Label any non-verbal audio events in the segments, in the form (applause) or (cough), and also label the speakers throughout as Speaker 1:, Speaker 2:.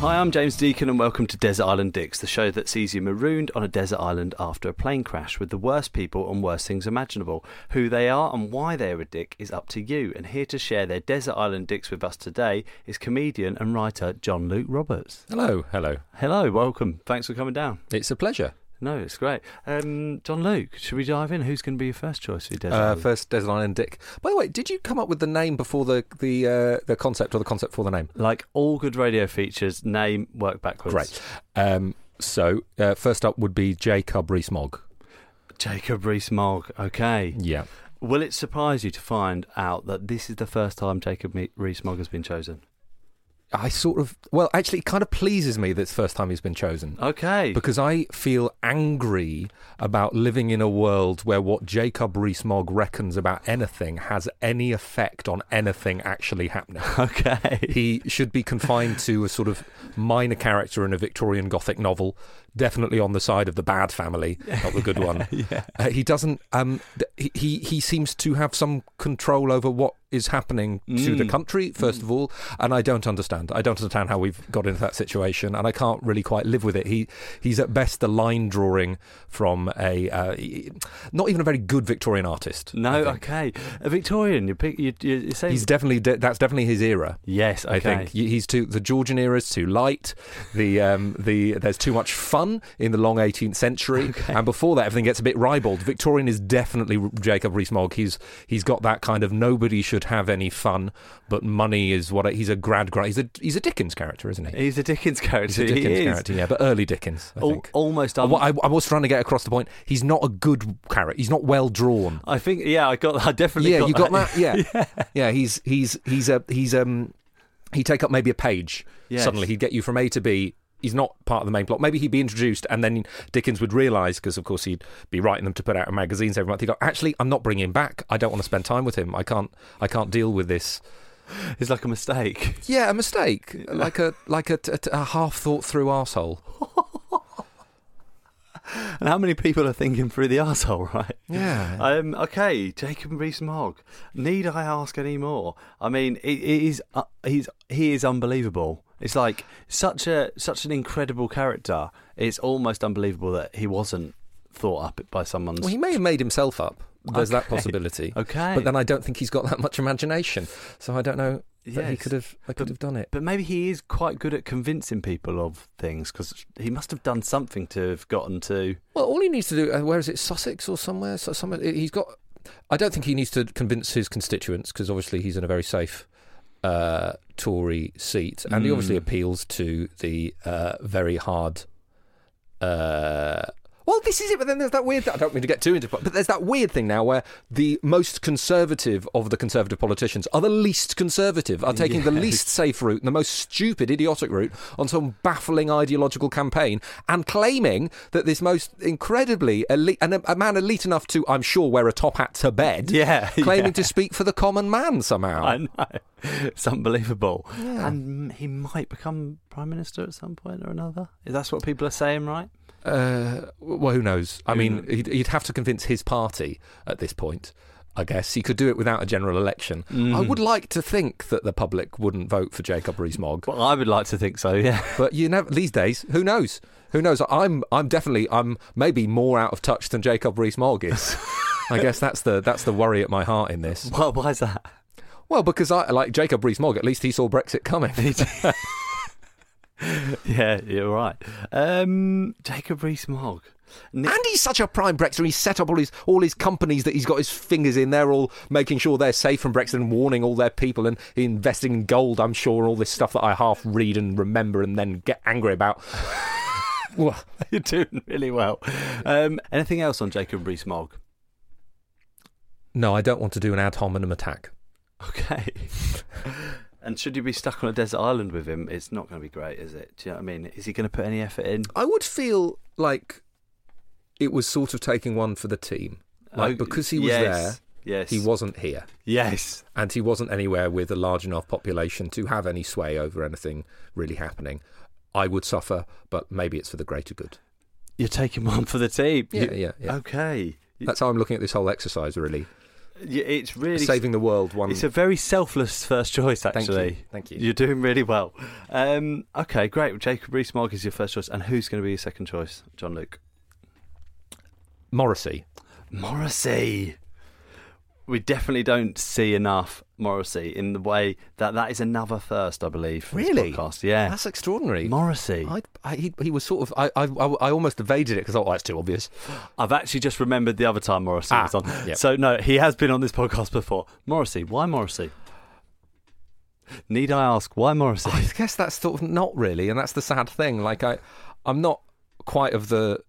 Speaker 1: Hi, I'm James Deacon, and welcome to Desert Island Dicks, the show that sees you marooned on a desert island after a plane crash with the worst people and worst things imaginable. Who they are and why they're a dick is up to you, and here to share their Desert Island Dicks with us today is comedian and writer John Luke Roberts.
Speaker 2: Hello, hello.
Speaker 1: Hello, welcome. Thanks for coming down.
Speaker 2: It's a pleasure.
Speaker 1: No, it's great. Um, John Luke, should we dive in? Who's going to be your first choice for your Desert
Speaker 2: Uh,
Speaker 1: Island?
Speaker 2: first, Desert Island Dick. By the way, did you come up with the name before the the uh, the concept or the concept for the name?
Speaker 1: Like all good radio features, name, work backwards.
Speaker 2: Great. Um, so, uh, first up would be Jacob Rees-Mogg.
Speaker 1: Jacob Rees-Mogg, okay.
Speaker 2: Yeah.
Speaker 1: Will it surprise you to find out that this is the first time Jacob Me- Rees-Mogg has been chosen?
Speaker 2: I sort of well, actually, it kind of pleases me that it's the first time he's been chosen
Speaker 1: Okay.
Speaker 2: because I feel angry about living in a world where what Jacob Rees-Mogg reckons about anything has any effect on anything actually happening.
Speaker 1: (laughs) okay.
Speaker 2: he should be confined to a sort of minor character in a Victorian Gothic novel, definitely on the side of the bad family, not the good one. Uh, he doesn't. Um, th- he he seems to have some control over what is happening to the country. First of all, and I don't understand. I don't understand how we've got into that situation, and I can't really quite live with it. He he's at best a line drawing from a uh, e- not even a very good Victorian artist.
Speaker 1: No,
Speaker 2: I think.
Speaker 1: okay. A Victorian, you pick, you, you, you say.
Speaker 2: He's definitely de- that's definitely his era.
Speaker 1: yes, okay.
Speaker 2: I think Y- he's too the Georgian era is too light. The um, the there's too much fun in the long 18th century, and before that everything gets a bit ribald. Victorian is definitely R- Jacob Rees-Mogg. He's he's got that kind of nobody should have any fun, but money is what I- he's a grad grad. He's a he's a Dickens character, isn't he?
Speaker 1: He's a Dickens
Speaker 2: He's
Speaker 1: character.
Speaker 2: a Dickens
Speaker 1: he is.
Speaker 2: character, yeah, but early Dickens. I
Speaker 1: Al-
Speaker 2: think.
Speaker 1: almost. Um,
Speaker 2: What I, I was trying to get across the point. He's not a good character. He's not well drawn.
Speaker 1: I think, yeah, I got. I definitely
Speaker 2: Yeah,
Speaker 1: got
Speaker 2: you
Speaker 1: that.
Speaker 2: got that. Yeah. (laughs) yeah, He's he's he's a he's um he take up maybe a page.
Speaker 1: Yes.
Speaker 2: Suddenly he'd get you from A to B. He's not part of the main plot. Maybe he'd be introduced, and then Dickens would realise because, of course, he'd be writing them to put out in magazines every month. He'd go, "Actually, I'm not bringing him back. I don't want to spend time with him. I can't. I can't deal with this."
Speaker 1: It's like a mistake. (laughs)
Speaker 2: Yeah, a mistake, like a like a, a, a half thought through arsehole.
Speaker 1: And how many people are thinking through the (laughs) asshole, right?
Speaker 2: Yeah.
Speaker 1: Um, okay, Jacob Rees-Mogg. Need I ask any more? I mean, it, it is uh, he's he is unbelievable. It's like such a such an incredible character. It's almost unbelievable that he wasn't thought up by someone's.
Speaker 2: Well, he may have made himself up. There's that possibility.
Speaker 1: Okay.
Speaker 2: But then I don't think he's got that much imagination, so I don't know that he
Speaker 1: Yes.
Speaker 2: could have. I could have done it.
Speaker 1: but maybe he is quite good at convincing people of things because he must have done something to have gotten to.
Speaker 2: Well, all he needs to do, uh, where is it, Sussex or somewhere? So, somewhere he's got. I don't think he needs to convince his constituents because obviously he's in a very safe uh, Tory seat, and he
Speaker 1: Hmm.
Speaker 2: obviously appeals to the uh, very hard. Uh, well, this is it, but then there's that weird. I don't mean to get too into, but there's that weird thing now where the most conservative of the conservative politicians are the least conservative, are taking the least safe route and the most stupid, idiotic route on some baffling ideological campaign, and claiming that this most incredibly elite and a, a man elite enough to, I'm sure, wear a top hat to
Speaker 1: (laughs)
Speaker 2: bed,
Speaker 1: Yeah,
Speaker 2: claiming
Speaker 1: yeah.
Speaker 2: to speak for the common man somehow.
Speaker 1: I know it's unbelievable, and he might become prime minister at some point or another. That's what people are saying, right?
Speaker 2: Uh, well, who knows? I mean, he'd, he'd have to convince his party at this point. I guess he could do it without a general election. I would like to think that the public wouldn't vote for Jacob Rees-Mogg,
Speaker 1: Well, I would like to think so. (laughs) Yeah.
Speaker 2: but you never these days. Who knows? Who knows? I'm I'm definitely I'm maybe more out of touch than Jacob Rees-Mogg is. I guess that's the that's the worry at my heart in this.
Speaker 1: Why, why is that?
Speaker 2: (laughs) Well, because I like Jacob Rees-Mogg. At least he saw Brexit coming.
Speaker 1: Yeah, you're right. Um, Jacob Rees-Mogg. Ni-
Speaker 2: And he's such a prime Brexiter. He's set up all his all his companies that he's got his fingers in. They're all making sure they're safe from Brexit and warning all their people and (laughs) investing in gold. I'm sure and all this stuff that I half read and remember and then get angry about. Wha-
Speaker 1: (laughs) You're doing really well. Um, anything else on Jacob Rees-Mogg?
Speaker 2: No, I don't want to do an ad hominem attack.
Speaker 1: Okay. and should you be stuck on a desert island with him? It's not going to be great, is it? Do you know what I mean? Is he going to put any effort in?
Speaker 2: I would feel like it was sort of taking one for the team. Like,
Speaker 1: Oh,
Speaker 2: because he was
Speaker 1: yes, Yes.
Speaker 2: there, he wasn't here.
Speaker 1: Yes.
Speaker 2: And he wasn't anywhere with a large enough population to have any sway over anything really happening. I would suffer, but maybe it's for the greater good.
Speaker 1: You're taking one for the team.
Speaker 2: Yeah,
Speaker 1: You-
Speaker 2: yeah, yeah.
Speaker 1: Okay. You-
Speaker 2: That's how I'm looking at this whole exercise, really.
Speaker 1: you- Uh, it's really.
Speaker 2: Saving the world one.
Speaker 1: It's a very selfless first choice,
Speaker 2: Thank you.
Speaker 1: actually.
Speaker 2: Thank you.
Speaker 1: You're doing really well. Um, okay, great. Jacob Rees-Mogg is your first choice, and who's going to be your second choice? John Luke
Speaker 2: Morrissey.
Speaker 1: Morrissey. We definitely don't see enough Morrissey in the way that that is another thirst, I believe. For
Speaker 2: Really?
Speaker 1: This podcast. Yeah.
Speaker 2: That's extraordinary.
Speaker 1: Morrissey.
Speaker 2: I, I, he, he was sort of. I, I, I almost evaded it because I thought, oh, that's too obvious.
Speaker 1: I've actually just remembered the other time Morrissey
Speaker 2: Ah,
Speaker 1: was on.
Speaker 2: yep.
Speaker 1: So no, he has been on this podcast before. Morrissey, why Morrissey? Need I ask why Morrissey?
Speaker 2: I guess that's sort of not really, and that's the sad thing. Like I, I'm not quite of the.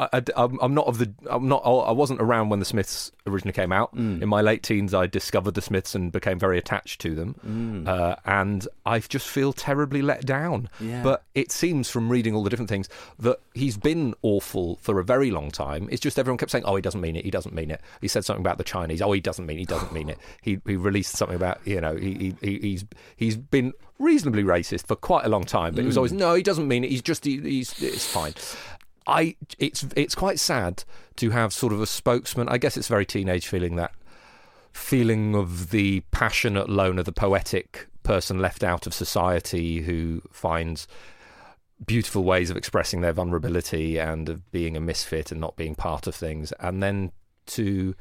Speaker 2: I, am I'm not of the. I'm not. I wasn't around when the Smiths originally came out. In my late teens, I discovered the Smiths and became very attached to them. Uh, and I just feel terribly let down.
Speaker 1: Yeah.
Speaker 2: But it seems from reading all the different things that he's been awful for a very long time. It's just everyone kept saying, "Oh, he doesn't mean it. He doesn't mean it." He said something about the Chinese. Oh, he doesn't mean. He doesn't mean it. He he released something about you know he, he- he he's he's been reasonably racist for quite a long time, but it was always no, he doesn't mean it. He's just he, he's it's fine. I it's it's quite sad to have sort of a spokesman. I guess it's very teenage feeling that feeling of the passionate loner, the poetic person left out of society who finds beautiful ways of expressing their vulnerability and of being a misfit and not being part of things, and then to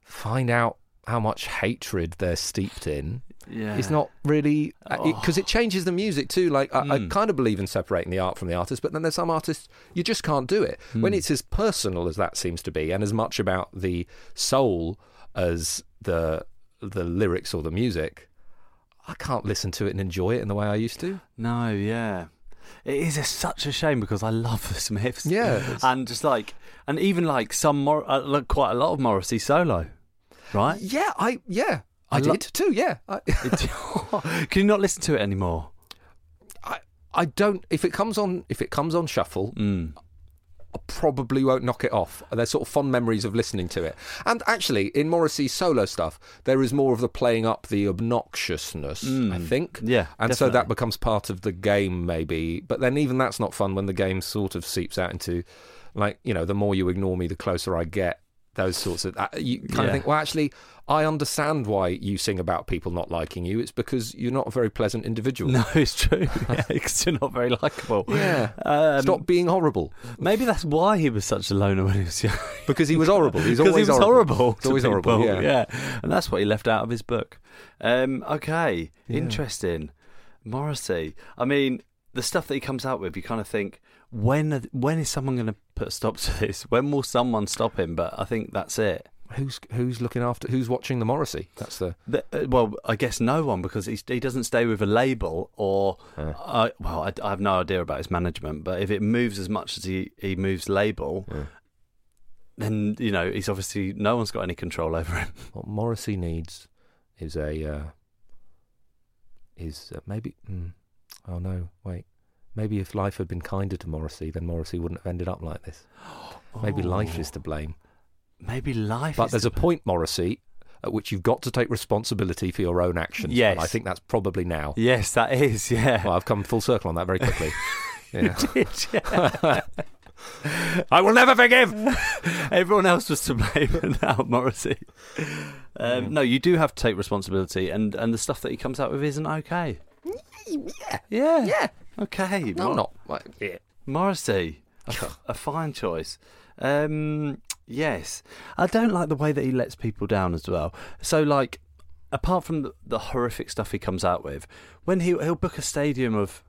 Speaker 2: find out how much hatred they're steeped in
Speaker 1: yeah.
Speaker 2: is not really because it, changes the music too. Like I, I kind of believe in separating the art from the artist, but then there's some artists you just can't do it when it's as personal as that seems to be, and as much about the soul as the the lyrics or the music. I can't listen to it and enjoy it in the way I used to.
Speaker 1: No, yeah. It is a, such a shame because I love (laughs) the Smiths.
Speaker 2: Yeah,
Speaker 1: (laughs)
Speaker 2: it's-
Speaker 1: And just like, and even like some, Mor- uh, like quite a lot of Morrissey solo, right?
Speaker 2: Uh, Yeah, I yeah.
Speaker 1: I
Speaker 2: I,
Speaker 1: lo-
Speaker 2: did too, yeah. I,
Speaker 1: (laughs) Can you not listen to it anymore?
Speaker 2: I I don't if it comes on if it comes on shuffle,
Speaker 1: Mm.
Speaker 2: I probably won't knock it off. There's sort of fond memories of listening to it. And actually, in Morrissey's solo stuff, there is more of the playing up the obnoxiousness, I think.
Speaker 1: mm. Yeah,
Speaker 2: And so that
Speaker 1: definitely.
Speaker 2: becomes part of the game, maybe. But then even that's not fun when the game sort of seeps out into, like, you know, the more you ignore me, the closer I get. Those sorts of. uh, You kind
Speaker 1: Yeah.
Speaker 2: of think, well, actually, I understand why you sing about people not liking you. It's because you're not a very pleasant
Speaker 1: (laughs)
Speaker 2: individual.
Speaker 1: No, it's true. Yeah, because you're not very likable.
Speaker 2: Yeah.
Speaker 1: (laughs) Um,
Speaker 2: (laughs) Stop being horrible.
Speaker 1: Maybe that's why he was such a loner when he was young.
Speaker 2: Because he was horrible.
Speaker 1: (laughs)
Speaker 2: He's
Speaker 1: Because
Speaker 2: always
Speaker 1: he was horrible.
Speaker 2: horrible. He's always
Speaker 1: to
Speaker 2: horrible,
Speaker 1: people,
Speaker 2: yeah.
Speaker 1: And that's what he left out of his book. Um, okay. Interesting. Morrissey. I mean, the stuff that he comes out with, you kind of think, when are- when is someone going to put a stop to this? (laughs) When will someone stop him? But I think that's it.
Speaker 2: Who's who's looking after? Who's watching the Morrissey? That's the
Speaker 1: The- uh, well, I guess no one because he's, he doesn't stay with a label or. I, well, I, I have no idea about his management, but if it moves as much as he, he moves label, then, you know, he's obviously. No one's got any control over him.
Speaker 2: what Morrissey needs is a uh, is uh, maybe. Mm, oh no, wait. Maybe if life had been kinder to Morrissey, then Morrissey wouldn't have ended up like this. Maybe life
Speaker 1: Oh.
Speaker 2: is to blame.
Speaker 1: Maybe life.
Speaker 2: But
Speaker 1: is
Speaker 2: there's
Speaker 1: the-
Speaker 2: a point, Morrissey, at which you've got to take responsibility for your own actions.
Speaker 1: Yes.
Speaker 2: and I think that's probably now.
Speaker 1: Yes, that is. (laughs) Yeah.
Speaker 2: Well, I've come full circle on that very quickly.
Speaker 1: You
Speaker 2: Yeah.
Speaker 1: did, yeah.
Speaker 2: I will never forgive.
Speaker 1: Everyone else was to blame, (laughs) and now Morrissey. Um, no, you do have to take responsibility, and, and the stuff that he comes out with isn't okay.
Speaker 2: Yeah,
Speaker 1: Yeah.
Speaker 2: yeah.
Speaker 1: Okay.
Speaker 2: No,
Speaker 1: Mor-
Speaker 2: I'm not. Like, yeah.
Speaker 1: Morrissey, a, f- a fine choice. Um, yes, I don't like the way that he lets people down as well. So, like, apart from the, the horrific stuff he comes out with, when he he'll book a stadium of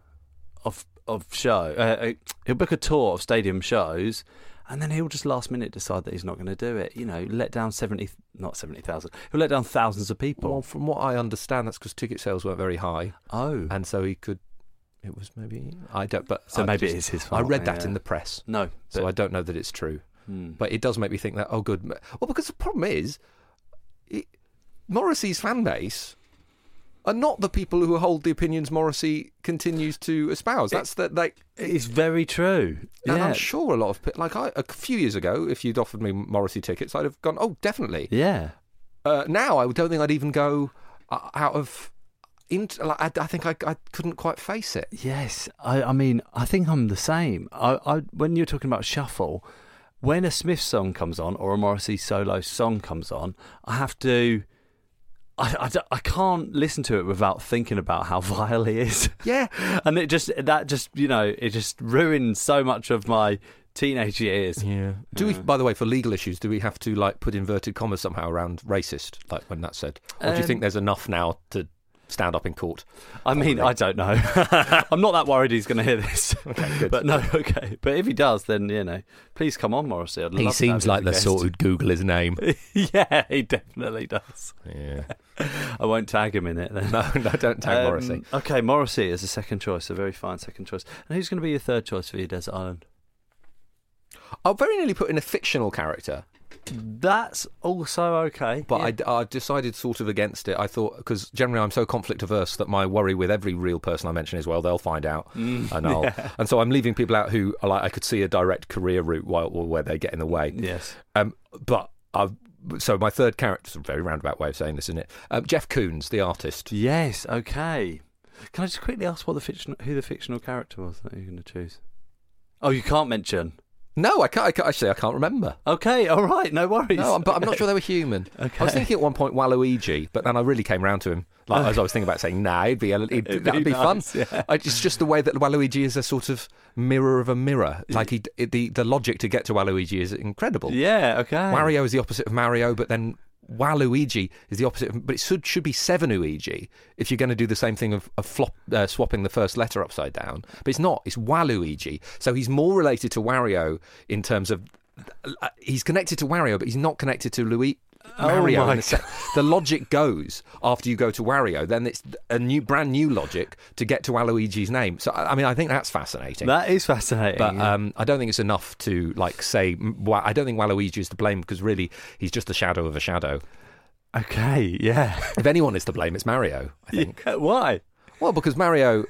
Speaker 1: of of show, uh, uh, he'll book a tour of stadium shows. And then he'll just last minute decide that he's not going to do it. You know, let down 70, not 70,000, he'll let down thousands of people.
Speaker 2: Well, from what I understand, that's because ticket sales weren't very high,
Speaker 1: oh.
Speaker 2: and so he could it was maybe I don't. But
Speaker 1: So
Speaker 2: I
Speaker 1: maybe
Speaker 2: just-
Speaker 1: it is his
Speaker 2: I
Speaker 1: fault.
Speaker 2: read that
Speaker 1: yeah. Hmm.
Speaker 2: in the press,
Speaker 1: No.
Speaker 2: so I don't know that it's true. But it does make me think that oh, good. Well, because the problem is, it, Morrissey's fan base are not the people who hold the opinions Morrissey continues to espouse. That's that like.
Speaker 1: it's very true.
Speaker 2: And
Speaker 1: yeah.
Speaker 2: I'm sure a lot of pe- like I a few years ago, if you'd offered me Morrissey tickets, I'd have gone. Oh, definitely.
Speaker 1: yeah.
Speaker 2: Uh, now I don't think I'd even go uh, out of. Into, like, I, I think I, I couldn't quite face it.
Speaker 1: Yes, I, I mean, I think I'm the same. I, I when you're talking about shuffle, when a Smith song comes on or a Morrissey solo song comes on, I have to. I, I, don't- I can't listen to it without thinking about how (laughs) vile he is,
Speaker 2: Yeah,
Speaker 1: and it just that just you know it just ruins so much of my teenage years.
Speaker 2: Yeah. Do we, by the way, for legal issues, do we have to like put inverted commas somehow around racist, like when that's said? Or do you
Speaker 1: Um,
Speaker 2: think there's enough now to stand up in court?
Speaker 1: I mean, I don't know. (laughs) I'm not that worried he's going to hear this. (laughs)
Speaker 2: good.
Speaker 1: But no, okay. But if he does, then you know, please come on, Morrissey. I'd love to have you as a guest.
Speaker 2: who'd Google his name.
Speaker 1: (laughs) yeah, he definitely does.
Speaker 2: yeah. (laughs)
Speaker 1: I won't tag him in it then.
Speaker 2: No, no, don't tag
Speaker 1: Um,
Speaker 2: Morrissey.
Speaker 1: Okay, Morrissey is a second choice, a very fine second choice. And who's going to be your third choice for your desert island?
Speaker 2: I'll very nearly put in a fictional character,
Speaker 1: That's also okay.
Speaker 2: but
Speaker 1: Yeah.
Speaker 2: I d I I, decided sort of against it. I thought, because generally I'm so conflict averse that my worry with every real person I mention is, well, they'll find out.
Speaker 1: Mm. (laughs)
Speaker 2: and, I'll, and so I'm leaving people out who like, I could see a direct career route while, where they get in the way.
Speaker 1: yes,
Speaker 2: Um, but I've so my third character it's a very roundabout way of saying this, isn't it? Um, Jeff Koons, the artist.
Speaker 1: yes, okay. Can I just quickly ask what the fictional, who the fictional character was that you're going to choose? Oh, you can't mention.
Speaker 2: No, I can't. I can't actually, I can't remember.
Speaker 1: Okay, all right, no worries.
Speaker 2: No, I'm, but I'm not sure they were human. I was
Speaker 1: Okay.
Speaker 2: thinking at one point Waluigi, but then I really came round to him. Like as I was thinking about saying, nah, it'd be, a, it'd,
Speaker 1: It'd
Speaker 2: that'd
Speaker 1: be
Speaker 2: be, fun.
Speaker 1: nice, yeah.
Speaker 2: I, it's just the way that Waluigi is a sort of mirror of a mirror. Like he, it, the the logic to get to Waluigi is
Speaker 1: (laughs)
Speaker 2: incredible.
Speaker 1: Yeah, okay.
Speaker 2: Mario is the opposite of Mario, but then Waluigi is the opposite. Of, but it should should be Sevenuigi if you're going to do the same thing of, of flop, uh, swapping the first letter upside down. But it's not. It's Waluigi. So he's more related to Wario in terms of uh, he's connected to Wario, but he's not connected to Luigi. Mario,
Speaker 1: my
Speaker 2: in the, se- the logic goes after you go to Wario. Then it's a new, brand new logic to get to Waluigi's name. So I I mean, I think that's fascinating.
Speaker 1: That is fascinating.
Speaker 2: But um, I don't think it's enough to like say. m- Wa- I don't think Waluigi is to blame because really he's just a shadow of a shadow.
Speaker 1: okay, yeah.
Speaker 2: (laughs)
Speaker 1: (laughs)
Speaker 2: If anyone is to blame, it's Mario. I think.
Speaker 1: yeah. Why?
Speaker 2: Well, because Mario,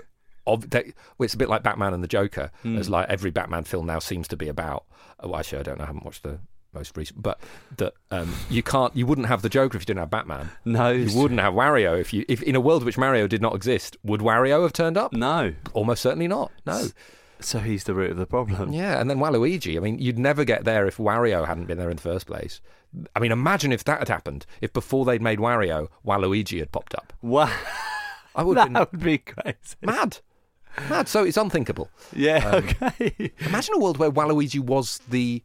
Speaker 2: of, they, well, it's a bit like Batman and the Joker.
Speaker 1: Hmm.
Speaker 2: As like every Batman film now seems to be about. oh, Well, actually, I don't know. I haven't watched the most recent, but that um, you can't. You wouldn't have the Joker if you didn't have Batman.
Speaker 1: No,
Speaker 2: You wouldn't have Wario if you. If in a world which Mario did not exist, would Wario have turned up?
Speaker 1: No.
Speaker 2: Almost certainly not. No.
Speaker 1: So he's the root of the problem.
Speaker 2: Yeah, and then Waluigi. I mean, you'd never get there if Wario hadn't been there in the first place. I mean, imagine if that had happened. If before they'd made Wario, Waluigi had popped up.
Speaker 1: Wow,
Speaker 2: I would have
Speaker 1: (laughs)
Speaker 2: been
Speaker 1: that would be crazy. Um,
Speaker 2: mad. Mad. So it's unthinkable.
Speaker 1: Yeah, okay.
Speaker 2: Imagine a world where Waluigi was the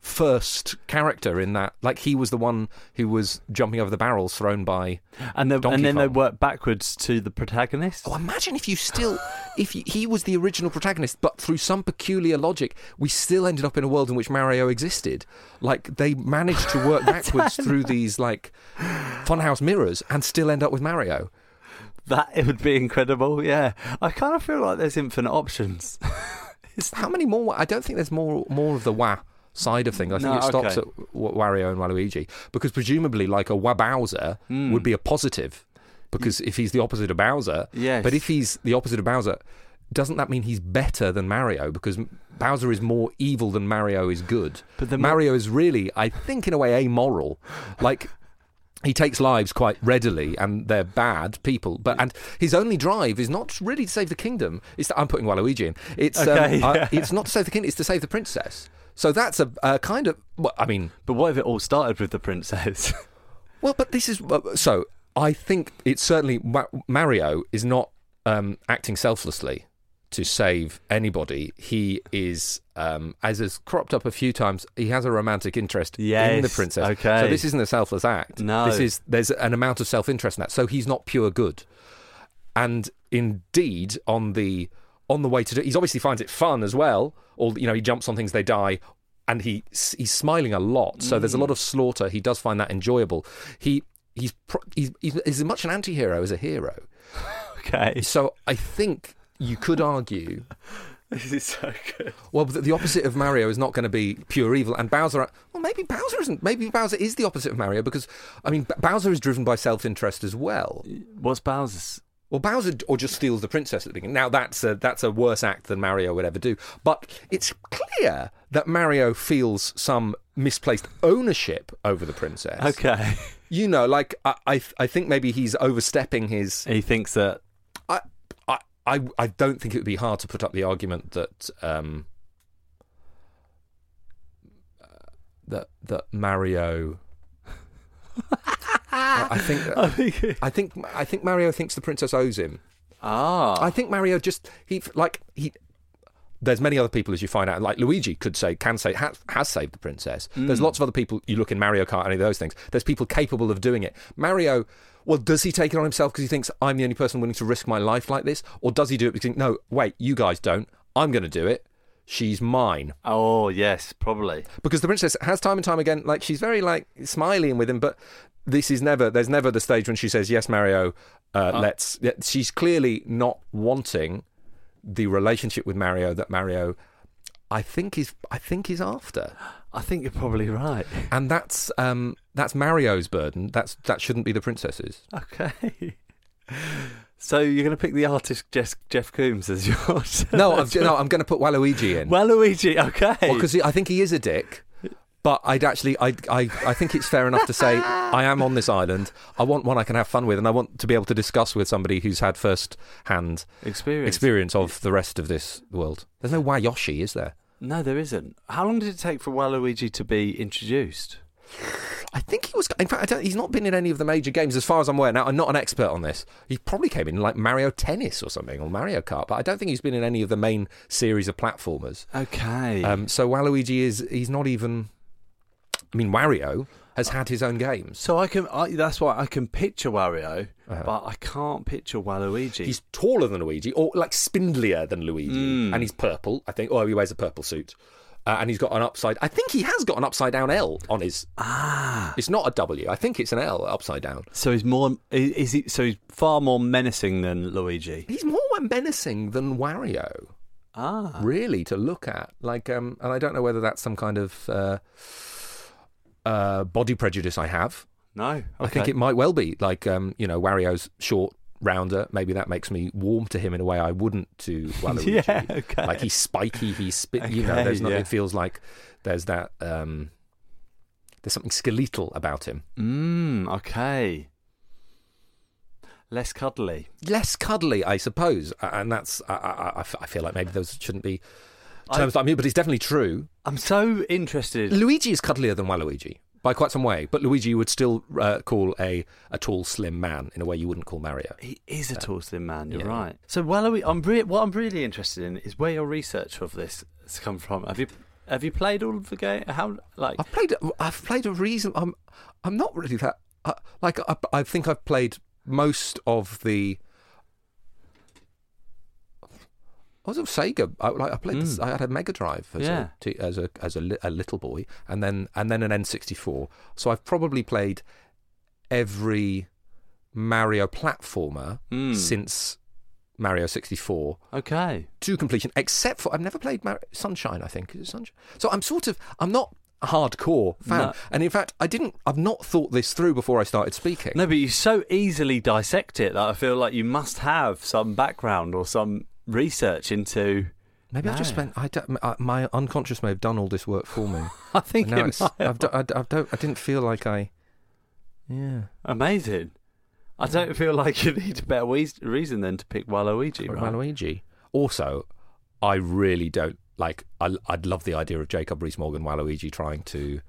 Speaker 2: first character in that. Like, he was the one who was jumping over the barrels thrown by.
Speaker 1: And, the,
Speaker 2: Donkey
Speaker 1: and then they
Speaker 2: Kong.
Speaker 1: work backwards to the protagonist.
Speaker 2: Oh, imagine if you still. If you, he was the original protagonist, but through some peculiar logic, we still ended up in a world in which Mario existed. Like they managed to work backwards through these like funhouse mirrors and still end up with Mario.
Speaker 1: That it would be incredible. Yeah, I kind of feel like there's infinite options. (laughs)
Speaker 2: How many more? I don't think there's more more of the wah side of things. I think
Speaker 1: No,
Speaker 2: it stops
Speaker 1: okay.
Speaker 2: at w- Wario and Waluigi because presumably like a wah Bowser
Speaker 1: Hmm.
Speaker 2: would be a positive because if he's the opposite of Bowser,
Speaker 1: Yes.
Speaker 2: But if he's the opposite of Bowser. Doesn't that mean he's better than Mario? Because M- Bowser is more evil than Mario is good.
Speaker 1: But the mo-
Speaker 2: Mario is really, I think, in a way, amoral. Like he takes lives quite readily and they're bad people but and his only drive is not really to save the kingdom it's that i'm putting waluigi in it's um,
Speaker 1: Okay,
Speaker 2: uh,
Speaker 1: yeah.
Speaker 2: it's not to save the kingdom it's to save the princess so that's a, a kind of well, i mean
Speaker 1: But what if it all started with the princess? (laughs)
Speaker 2: well but this is uh, so i think it's certainly Ma- mario is not um, acting selflessly to save anybody he is um, as has cropped up a few times he has a romantic interest in the
Speaker 1: Yes,
Speaker 2: princess
Speaker 1: okay.
Speaker 2: so this isn't a selfless act
Speaker 1: No.
Speaker 2: this is there's an amount of self-interest in that so he's not pure good and indeed on the on the way to do he's obviously finds it fun as well or you know he jumps on things they die and he he's smiling a lot so there's a lot of slaughter he does find that enjoyable he he's pro- he's, he's as much an anti-hero as a hero
Speaker 1: okay.
Speaker 2: so i think you could argue
Speaker 1: This is so good.
Speaker 2: Well, the, the opposite of Mario is not going to be pure evil, and Bowser. Well, maybe Bowser isn't. Maybe Bowser is the opposite of Mario because, I mean, B- Bowser is driven by self-interest as well.
Speaker 1: What's Bowser's?
Speaker 2: Well, Bowser d- or just steals the princess at the beginning. Now that's a that's a worse act than Mario would ever do. But it's clear that Mario feels some misplaced ownership over the princess.
Speaker 1: Okay.
Speaker 2: You know, like I I, th- I think maybe he's overstepping his.
Speaker 1: (laughs) he thinks that
Speaker 2: I, I I I don't think it would be hard to put up the argument that. Um, uh, that that Mario. I I think I think I think Mario thinks the princess owes him.
Speaker 1: (laughs) ah,
Speaker 2: I think Mario just he like he. There's many other people as you find out. Like Luigi could say, can say, has, has saved the princess. There's lots of other people you look in Mario Kart, any of those things. There's people capable of doing it. Mario, well, does he take it on himself because he thinks I'm the only person willing to risk my life like this, or does he do it because he thinks, no, wait, you guys don't. I'm going to do it. She's mine
Speaker 1: oh yes, probably.
Speaker 2: because the princess has time and time again like she's very like smiling with him but this is never there's never the stage when she says yes mario uh, let's yeah, she's clearly not wanting the relationship with mario that mario i think is i think is after
Speaker 1: I think you're probably right. (laughs)
Speaker 2: and that's um that's mario's burden that's that shouldn't be the princess's
Speaker 1: Okay. So you're going to pick the artist Jeff, Jeff Coombs as (laughs) yours?
Speaker 2: no i'm no i'm going to put waluigi in
Speaker 1: well, Luigi. Okay.
Speaker 2: because I think he is a dick. But I'd actually, I, I, I think it's fair enough to say I am on this island. I want one I can have fun with, and I want to be able to discuss with somebody who's had first-hand
Speaker 1: experience.
Speaker 2: experience of the rest of this world. There's no Wayoshi, is there?
Speaker 1: No, there isn't. How long did it take for Waluigi to be introduced?
Speaker 2: I think he was. In fact, I don't, he's not been in any of the major games, as far as I'm aware. Now, I'm not an expert on this. He probably came in like Mario Tennis or something, or Mario Kart, but I don't think he's been in any of the main series of platformers.
Speaker 1: Okay.
Speaker 2: Um, so Waluigi is he's not even. I mean, Wario has had his own games.
Speaker 1: so I can. I, that's why I can picture Wario, but I can't picture Waluigi.
Speaker 2: He's taller than Luigi, or like spindlier than Luigi,
Speaker 1: Hmm.
Speaker 2: and he's purple. I think. Oh, he wears a purple suit, uh, and he's got an upside. I think he has got an upside down L on his.
Speaker 1: ah.
Speaker 2: It's not a W. I think it's an L upside down.
Speaker 1: So he's more. Is, is he? So he's far more menacing than Luigi.
Speaker 2: He's more menacing than Wario,
Speaker 1: Ah.
Speaker 2: really, to look at. Like, um, and I don't know whether that's some kind of uh, uh, body prejudice I have.
Speaker 1: No. Okay.
Speaker 2: I think it might well be like um, you know Wario's short rounder. Maybe that makes me warm to him in a way I wouldn't
Speaker 1: (laughs)
Speaker 2: to Waluigi.
Speaker 1: Yeah, okay.
Speaker 2: Like he's spiky, he's spit. you know,
Speaker 1: Okay,
Speaker 2: there's not,
Speaker 1: yeah.
Speaker 2: it feels like there's that um, there's something skeletal about him.
Speaker 1: Mm, okay. Less cuddly.
Speaker 2: Less cuddly, I suppose, A- and that's I, I, I- I f- I feel like maybe those shouldn't be terms that I mean, but it's definitely true.
Speaker 1: I'm so interested.
Speaker 2: Luigi is cuddlier than Waluigi. By quite some way, but Luigi you would still uh, call a, a tall, slim man in a way you wouldn't call Mario.
Speaker 1: He is a tall, slim man. You're
Speaker 2: yeah.
Speaker 1: right. So Waluigi, I'm re- what I'm really interested in is where your research of this has come from. Have you have you played all of the game? How like
Speaker 2: I've played. I've played a reason. I'm. I'm not really that. I, like I, I think I've played most of the. I was a Sega. I, like, I played. this- I had a Mega Drive
Speaker 1: Hmm.
Speaker 2: as
Speaker 1: Yeah.
Speaker 2: a t- as a as a, li- a little boy, and then and then an N sixty four. So I've probably played every Mario platformer
Speaker 1: Hmm.
Speaker 2: since Mario sixty four
Speaker 1: okay.
Speaker 2: to completion, except for I've never played Mar- Sunshine. I think is it Sunshine. So I'm sort of I'm not a hardcore fan,
Speaker 1: No.
Speaker 2: and in fact I didn't I've not thought this through before I started speaking.
Speaker 1: No, but you so easily dissect it that I feel like you must have some background or some research into.
Speaker 2: Maybe I've just
Speaker 1: No.
Speaker 2: spent I don't, I, my unconscious may have done all this work for
Speaker 1: (laughs)
Speaker 2: me.
Speaker 1: (laughs) I think
Speaker 2: And now
Speaker 1: it
Speaker 2: it's,
Speaker 1: might
Speaker 2: I've, do, I, I don't I didn't feel like I. Yeah,
Speaker 1: (laughs) amazing. I don't feel like you need a better weas- reason than to pick Waluigi.
Speaker 2: Or
Speaker 1: Right?
Speaker 2: Waluigi. Also, I really don't like. I, I'd love the idea of Jacob Rees-Morgan Waluigi trying to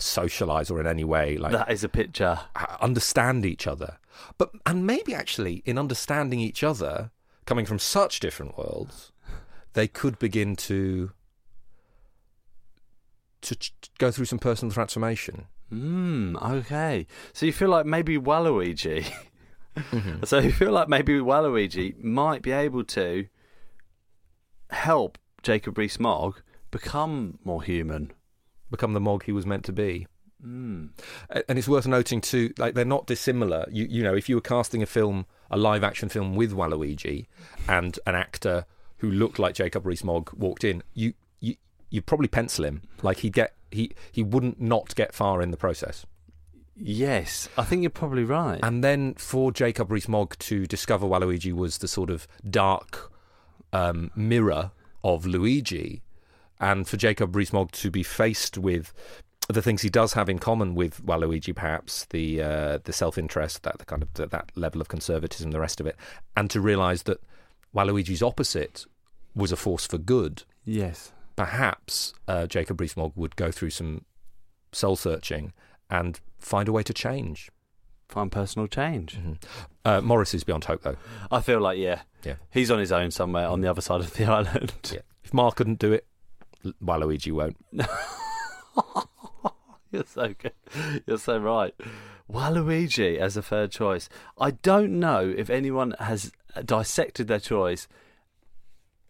Speaker 2: socialize or in any way like
Speaker 1: That is a picture.
Speaker 2: h- uh, understand each other. But and maybe actually in understanding each other, coming from such different worlds, they could begin to to ch- go through some personal transformation.
Speaker 1: Hmm. Okay. So you feel like maybe Waluigi.
Speaker 2: Mm-hmm.
Speaker 1: (laughs) So you feel like maybe Waluigi might be able to help Jacob Rees-Mogg become more human.
Speaker 2: Become the Mog he was meant to be.
Speaker 1: Mm.
Speaker 2: A- And it's worth noting too, like they're not dissimilar. You you know, if you were casting a film, a live action film with Waluigi, and an actor who looked like Jacob Rees-Mogg walked in, you you you'd probably pencil him. Like he'd get he he wouldn't not get far in the process.
Speaker 1: Yes, I think you're probably right.
Speaker 2: And then for Jacob Rees-Mogg to discover Waluigi was the sort of dark um, mirror of Luigi, and for Jacob Rees-Mogg to be faced with the things he does have in common with Waluigi, perhaps the uh, the self-interest, that the kind of that, that level of conservatism, the rest of it, and to realise that Waluigi's opposite was a force for good.
Speaker 1: yes.
Speaker 2: Perhaps uh, Jacob Rees-Mogg would go through some soul searching and find a way to change.
Speaker 1: Find personal change.
Speaker 2: Mhm. Uh, Morris is beyond hope, though.
Speaker 1: I feel like, yeah.
Speaker 2: Yeah.
Speaker 1: He's on his own somewhere on the other side of the (laughs) island.
Speaker 2: If Mark couldn't do it, L- Waluigi won't.
Speaker 1: (laughs) You're so good. You're so right. Waluigi as a third choice. I don't know if anyone has dissected their choice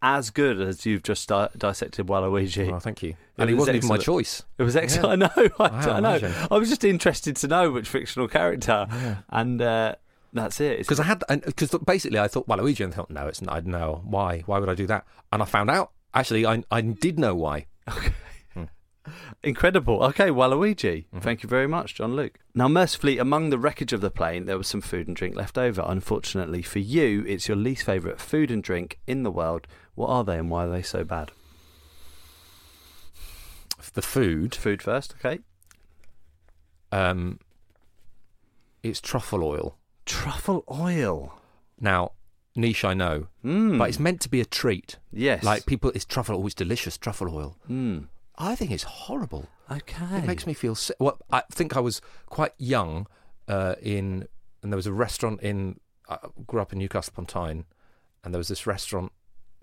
Speaker 1: as good as you've just di- dissected Waluigi.
Speaker 2: Well, thank you.
Speaker 1: It
Speaker 2: and he
Speaker 1: was
Speaker 2: wasn't even my
Speaker 1: excellent.
Speaker 2: choice.
Speaker 1: It was excellent. (laughs) I know. I, I know. I was just interested to know which fictional character, and uh, that's it. It's-
Speaker 2: Because I had, because basically I thought Waluigi, and I thought, no, it's not. I know why. Why would I do that? And I found out actually, I I did know why.
Speaker 1: Incredible. Okay, Waluigi.
Speaker 2: Mm-hmm.
Speaker 1: Thank you very much, John Luke. Now, mercifully, among the wreckage of the plane, there was some food and drink left over. Unfortunately for you, it's your least favourite food and drink in the world. What are they and why are they so bad?
Speaker 2: The food,
Speaker 1: Food first, okay?
Speaker 2: um, it's truffle oil.
Speaker 1: Truffle oil.
Speaker 2: Now, niche, I know,
Speaker 1: Mm.
Speaker 2: but it's meant to be a treat.
Speaker 1: yes.
Speaker 2: Like people, it's truffle oil. It's delicious truffle oil.
Speaker 1: Mm.
Speaker 2: I think it's horrible.
Speaker 1: Okay.
Speaker 2: It makes me feel sick. Well, I think I was quite young uh, in, and there was a restaurant in. I grew up in Newcastle upon Tyne, and there was this restaurant,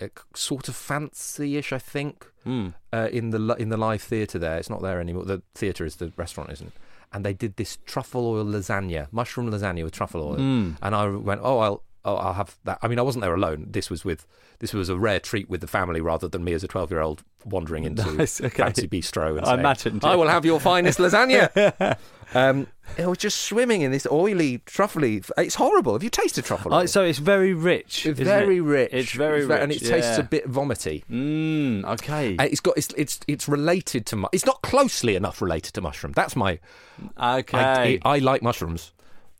Speaker 2: uh, sort of fancy-ish, I think,
Speaker 1: Mm.
Speaker 2: uh, in the li- in the live theatre. There, it's not there anymore. The theatre is the restaurant, isn't? And they did this truffle oil lasagna, mushroom lasagna with truffle oil,
Speaker 1: Mm.
Speaker 2: and I went, oh, I'll. Oh, I'll have that. I mean, I wasn't there alone. This was with, this was a rare treat with the family, rather than me as a twelve-year-old wandering into
Speaker 1: Nice, (laughs) okay.
Speaker 2: fancy bistro. And
Speaker 1: I
Speaker 2: saying,
Speaker 1: imagined
Speaker 2: I
Speaker 1: it.
Speaker 2: will have your finest lasagna. (laughs) um, it was just swimming in this oily, truffly. It's horrible. Have you tasted truffle?
Speaker 1: Oh,
Speaker 2: oil?
Speaker 1: so it's very rich.
Speaker 2: it's
Speaker 1: isn't
Speaker 2: very
Speaker 1: it?
Speaker 2: rich.
Speaker 1: It's very
Speaker 2: ve-
Speaker 1: rich.
Speaker 2: and it tastes
Speaker 1: yeah.
Speaker 2: a bit vomity.
Speaker 1: Mm, okay.
Speaker 2: Uh, It's got it's it's it's related to mu- it's not closely enough related to mushroom. That's my
Speaker 1: okay.
Speaker 2: I, I like mushrooms,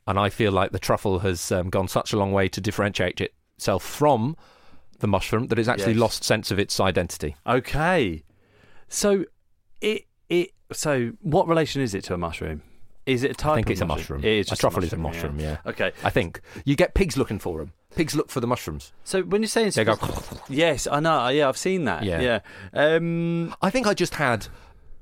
Speaker 2: and I feel like the truffle has um, gone such a long way to differentiate itself from the mushroom that it's actually
Speaker 1: Yes.
Speaker 2: lost sense of its identity.
Speaker 1: Okay. So it it so what relation is it to a mushroom? Is it a type
Speaker 2: I think
Speaker 1: of
Speaker 2: it's a mushroom.
Speaker 1: It is
Speaker 2: A
Speaker 1: just
Speaker 2: truffle is a mushroom, yeah.
Speaker 1: Okay.
Speaker 2: I think you get pigs looking for them. Pigs look for the mushrooms.
Speaker 1: So when you're saying
Speaker 2: They go.
Speaker 1: Yes, I know. Yeah, I've seen that. Yeah.
Speaker 2: Yeah.
Speaker 1: Um
Speaker 2: I think I just had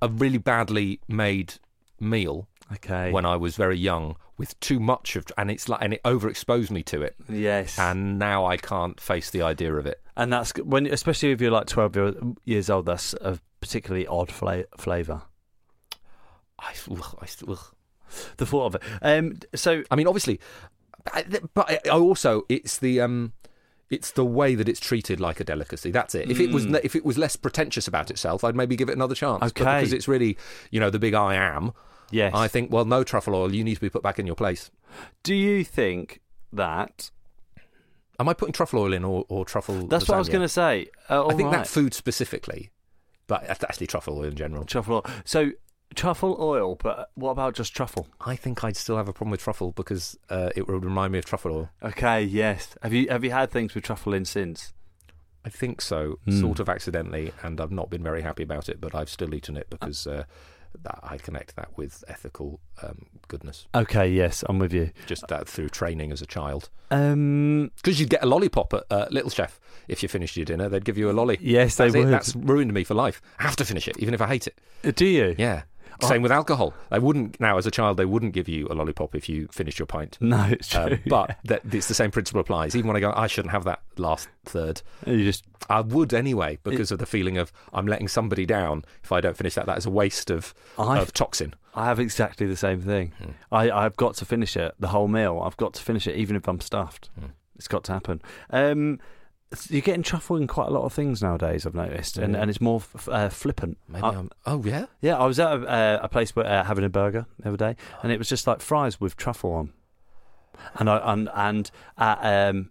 Speaker 2: a really badly made meal
Speaker 1: okay.
Speaker 2: when I was very young with too much of, and it's like, and it overexposed me to it,
Speaker 1: yes. And,
Speaker 2: and now I can't face the idea of it.
Speaker 1: and that's when especially if you're like 12 year- years old that's a particularly odd fla- flavor.
Speaker 2: I, ugh, I, ugh.
Speaker 1: The thought of it. Um so
Speaker 2: I mean, obviously, I- th- but I- I also it's the um, it's the way that it's treated like a delicacy. That's it. If it was
Speaker 1: Mm.
Speaker 2: if it was less pretentious about itself, I'd maybe give it another chance.
Speaker 1: Okay.
Speaker 2: but because it's really, you know, the big I am.
Speaker 1: yes.
Speaker 2: I think well, no truffle oil. You need to be put back in your place.
Speaker 1: Do you think that
Speaker 2: Am I putting truffle oil in or, or truffle?
Speaker 1: That's what I was
Speaker 2: lasagna?
Speaker 1: going to say. Uh,
Speaker 2: I think
Speaker 1: alright.
Speaker 2: that food specifically, but that's actually truffle oil in general.
Speaker 1: truffle oil. So truffle oil, but what about just truffle?
Speaker 2: I think I'd still have a problem with truffle because uh, it would remind me of truffle oil.
Speaker 1: Okay, yes. Have you have you had things with truffle in since?
Speaker 2: I think so,
Speaker 1: Hmm.
Speaker 2: sort of accidentally, and I've not been very happy about it, but I've still eaten it because uh, that I connect that with ethical um, goodness,
Speaker 1: Okay, yes, I'm with you.
Speaker 2: just that through training as a child.
Speaker 1: Um,
Speaker 2: Because you'd get a lollipop at uh, Little Chef if you finished your dinner; they'd give you a lolly.
Speaker 1: yes, they
Speaker 2: That's, it.
Speaker 1: would.
Speaker 2: That's ruined me for life. I have to finish it, even if I hate it.
Speaker 1: Uh, Do you?
Speaker 2: Yeah.
Speaker 1: Oh.
Speaker 2: Same with alcohol. They wouldn't now, as a child, they wouldn't give you a lollipop if you finished your pint.
Speaker 1: No, it's
Speaker 2: (laughs)
Speaker 1: true. (laughs)
Speaker 2: Um, but that, it's the same principle applies. Even when I go, I shouldn't have that last third.
Speaker 1: you just
Speaker 2: I would anyway because of the feeling of I'm letting somebody down if I don't finish that. That is a waste of
Speaker 1: I've-
Speaker 2: of toxin.
Speaker 1: I have exactly the same thing.
Speaker 2: Hmm.
Speaker 1: I I've got to Hmm. finish it the whole meal. I've got to finish it even if I'm stuffed. It's got to happen. Um, you're getting truffle in quite a lot of things nowadays. I've noticed, and,
Speaker 2: Yeah.
Speaker 1: and it's more f- uh, flippant.
Speaker 2: Maybe
Speaker 1: I-
Speaker 2: I'm. Oh yeah.
Speaker 1: yeah, I was at a, uh, a place where uh, having a burger the other day, and it was just like fries with truffle on, and I and and at, um,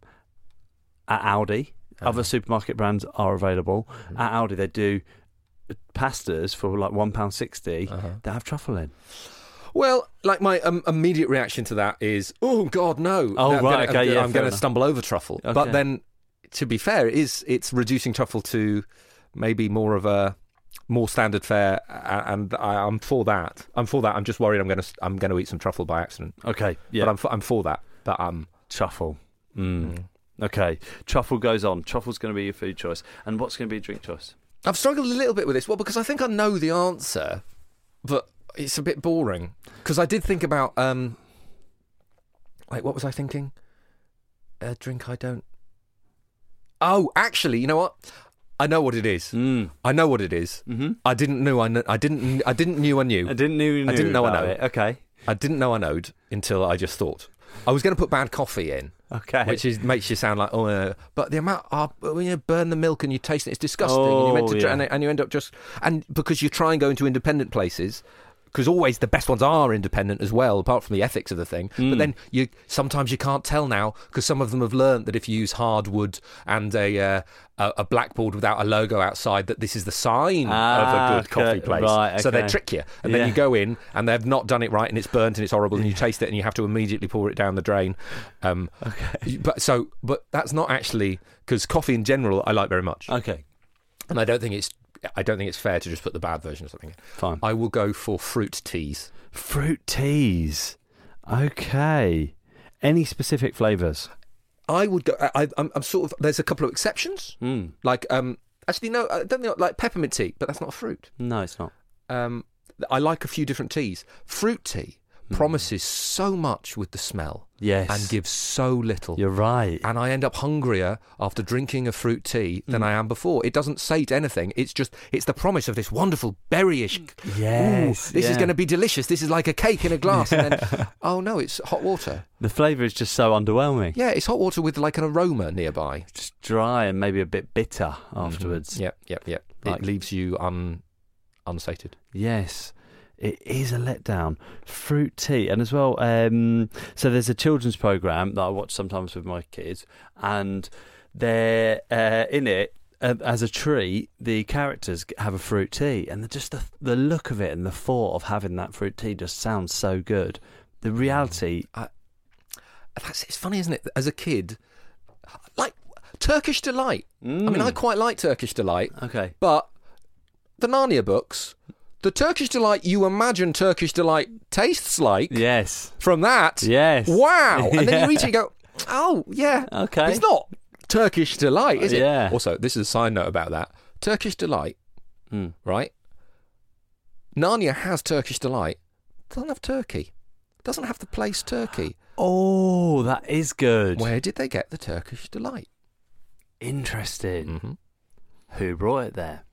Speaker 1: at Aldi,
Speaker 2: Uh-huh.
Speaker 1: other supermarket brands are available.
Speaker 2: Mm-hmm.
Speaker 1: At Aldi, they do pastas for like one pound sixty.
Speaker 2: Uh-huh.
Speaker 1: They have truffle in.
Speaker 2: Well, like my um, immediate reaction to that is, oh God, no!
Speaker 1: Oh,
Speaker 2: I'm
Speaker 1: right,
Speaker 2: gonna,
Speaker 1: okay, yeah,
Speaker 2: I'm
Speaker 1: fair
Speaker 2: going to
Speaker 1: enough.
Speaker 2: stumble over truffle.
Speaker 1: Okay.
Speaker 2: But then, to be fair, it is it's reducing truffle to maybe more of a more standard fare, a- and I, I'm for that. I'm for that. I'm just worried I'm going to I'm going to eat some truffle by accident.
Speaker 1: Okay, yeah,
Speaker 2: But I'm for, I'm for that. But um,
Speaker 1: truffle. Mm.
Speaker 2: Mm.
Speaker 1: Okay, truffle goes on. Truffle's going to be your food choice, and what's going to be your drink choice?
Speaker 2: I've struggled a little bit with this. Well, because I think I know the answer, but it's a bit boring. Because I did think about um, like what was I thinking? A drink I don't. Oh, actually, you know what? I know what it is.
Speaker 1: Mm.
Speaker 2: I know what it is.
Speaker 1: Mm-hmm.
Speaker 2: I didn't know I kn- I didn't kn- I didn't knew I
Speaker 1: I
Speaker 2: knew.
Speaker 1: didn't know. You
Speaker 2: I didn't
Speaker 1: knew
Speaker 2: know I
Speaker 1: about
Speaker 2: know.
Speaker 1: It. Okay.
Speaker 2: I didn't know I knowed until I just thought. I was going to put bad coffee in,
Speaker 1: Okay. (laughs)
Speaker 2: which is makes you sound like oh, uh, but the amount oh, when you burn the milk and you taste it, it's disgusting. and you meant
Speaker 1: Oh,
Speaker 2: to, try-
Speaker 1: yeah.
Speaker 2: and, and you end up just and because you try and go into independent places because always the best ones are independent as well, apart from the ethics of the thing.
Speaker 1: Hmm.
Speaker 2: But then you sometimes you can't tell now because some of them have learnt that if you use hardwood and a uh, a, a blackboard without a logo outside, that this is the sign
Speaker 1: Ah,
Speaker 2: of a good
Speaker 1: okay.
Speaker 2: coffee place.
Speaker 1: Right,
Speaker 2: So they
Speaker 1: okay.
Speaker 2: trick you, and
Speaker 1: Yeah.
Speaker 2: then you go in and they've not done it right, and it's burnt and it's horrible, and you taste it, and you have to immediately pour it down the drain. Um, okay. But so, but that's not actually because coffee in general I like very much,
Speaker 1: okay.
Speaker 2: and I don't think it's I don't think it's fair to just put the bad version of something. in.
Speaker 1: Fine.
Speaker 2: I will go for fruit teas.
Speaker 1: Fruit teas. Okay. Any specific flavours?
Speaker 2: I would go. I, I, I'm, I'm sort of. There's a couple of exceptions,
Speaker 1: Mm.
Speaker 2: like um. Actually, no. I don't think I like peppermint tea, but that's not a fruit.
Speaker 1: No, it's not.
Speaker 2: Um, I like a few different teas. Fruit tea promises so much with the smell
Speaker 1: Hmm. Yes.
Speaker 2: and gives so little.
Speaker 1: You're right.
Speaker 2: and I end up hungrier after drinking a fruit tea
Speaker 1: Hmm.
Speaker 2: than I am before. It doesn't sate anything. It's just it's the promise of this wonderful berryish.
Speaker 1: Yes,
Speaker 2: Ooh, this is
Speaker 1: yeah.
Speaker 2: going to be delicious. This is like a cake in a glass.
Speaker 1: (laughs)
Speaker 2: And then, oh no, it's hot water.
Speaker 1: The flavour is just so underwhelming.
Speaker 2: Yeah, it's hot water with like an aroma nearby. Mm-hmm.
Speaker 1: Just dry and maybe a bit bitter afterwards.
Speaker 2: Yep, yep, yep.
Speaker 1: Like-
Speaker 2: it leaves you un unsated.
Speaker 1: Yes. It is a letdown. Fruit tea. And as well, um, so there's a children's programme that I watch sometimes with my kids, and they're uh, in it. Uh, as a treat, the characters g- have a fruit tea, and the, just the, the look of it and the thought of having that fruit tea just sounds so good. The reality,
Speaker 2: That's it's funny, isn't it? As a kid, like Turkish delight. I mean, I
Speaker 1: Mm.
Speaker 2: quite like Turkish delight.
Speaker 1: okay,
Speaker 2: But the Narnia books, the Turkish delight you imagine Turkish delight tastes like
Speaker 1: yes,
Speaker 2: from that,
Speaker 1: Yes.
Speaker 2: wow. And then
Speaker 1: (laughs)
Speaker 2: you
Speaker 1: Yeah.
Speaker 2: eat it and go, oh, yeah.
Speaker 1: Okay.
Speaker 2: It's not Turkish delight, is it?
Speaker 1: Yeah.
Speaker 2: Also, this is a side note about that. Turkish delight,
Speaker 1: Hmm.
Speaker 2: right? Narnia has Turkish delight, doesn't have turkey. Doesn't have the place turkey.
Speaker 1: oh, that is good.
Speaker 2: Where did they get the Turkish delight?
Speaker 1: Interesting.
Speaker 2: Mm-hmm.
Speaker 1: Mm. Who brought it there?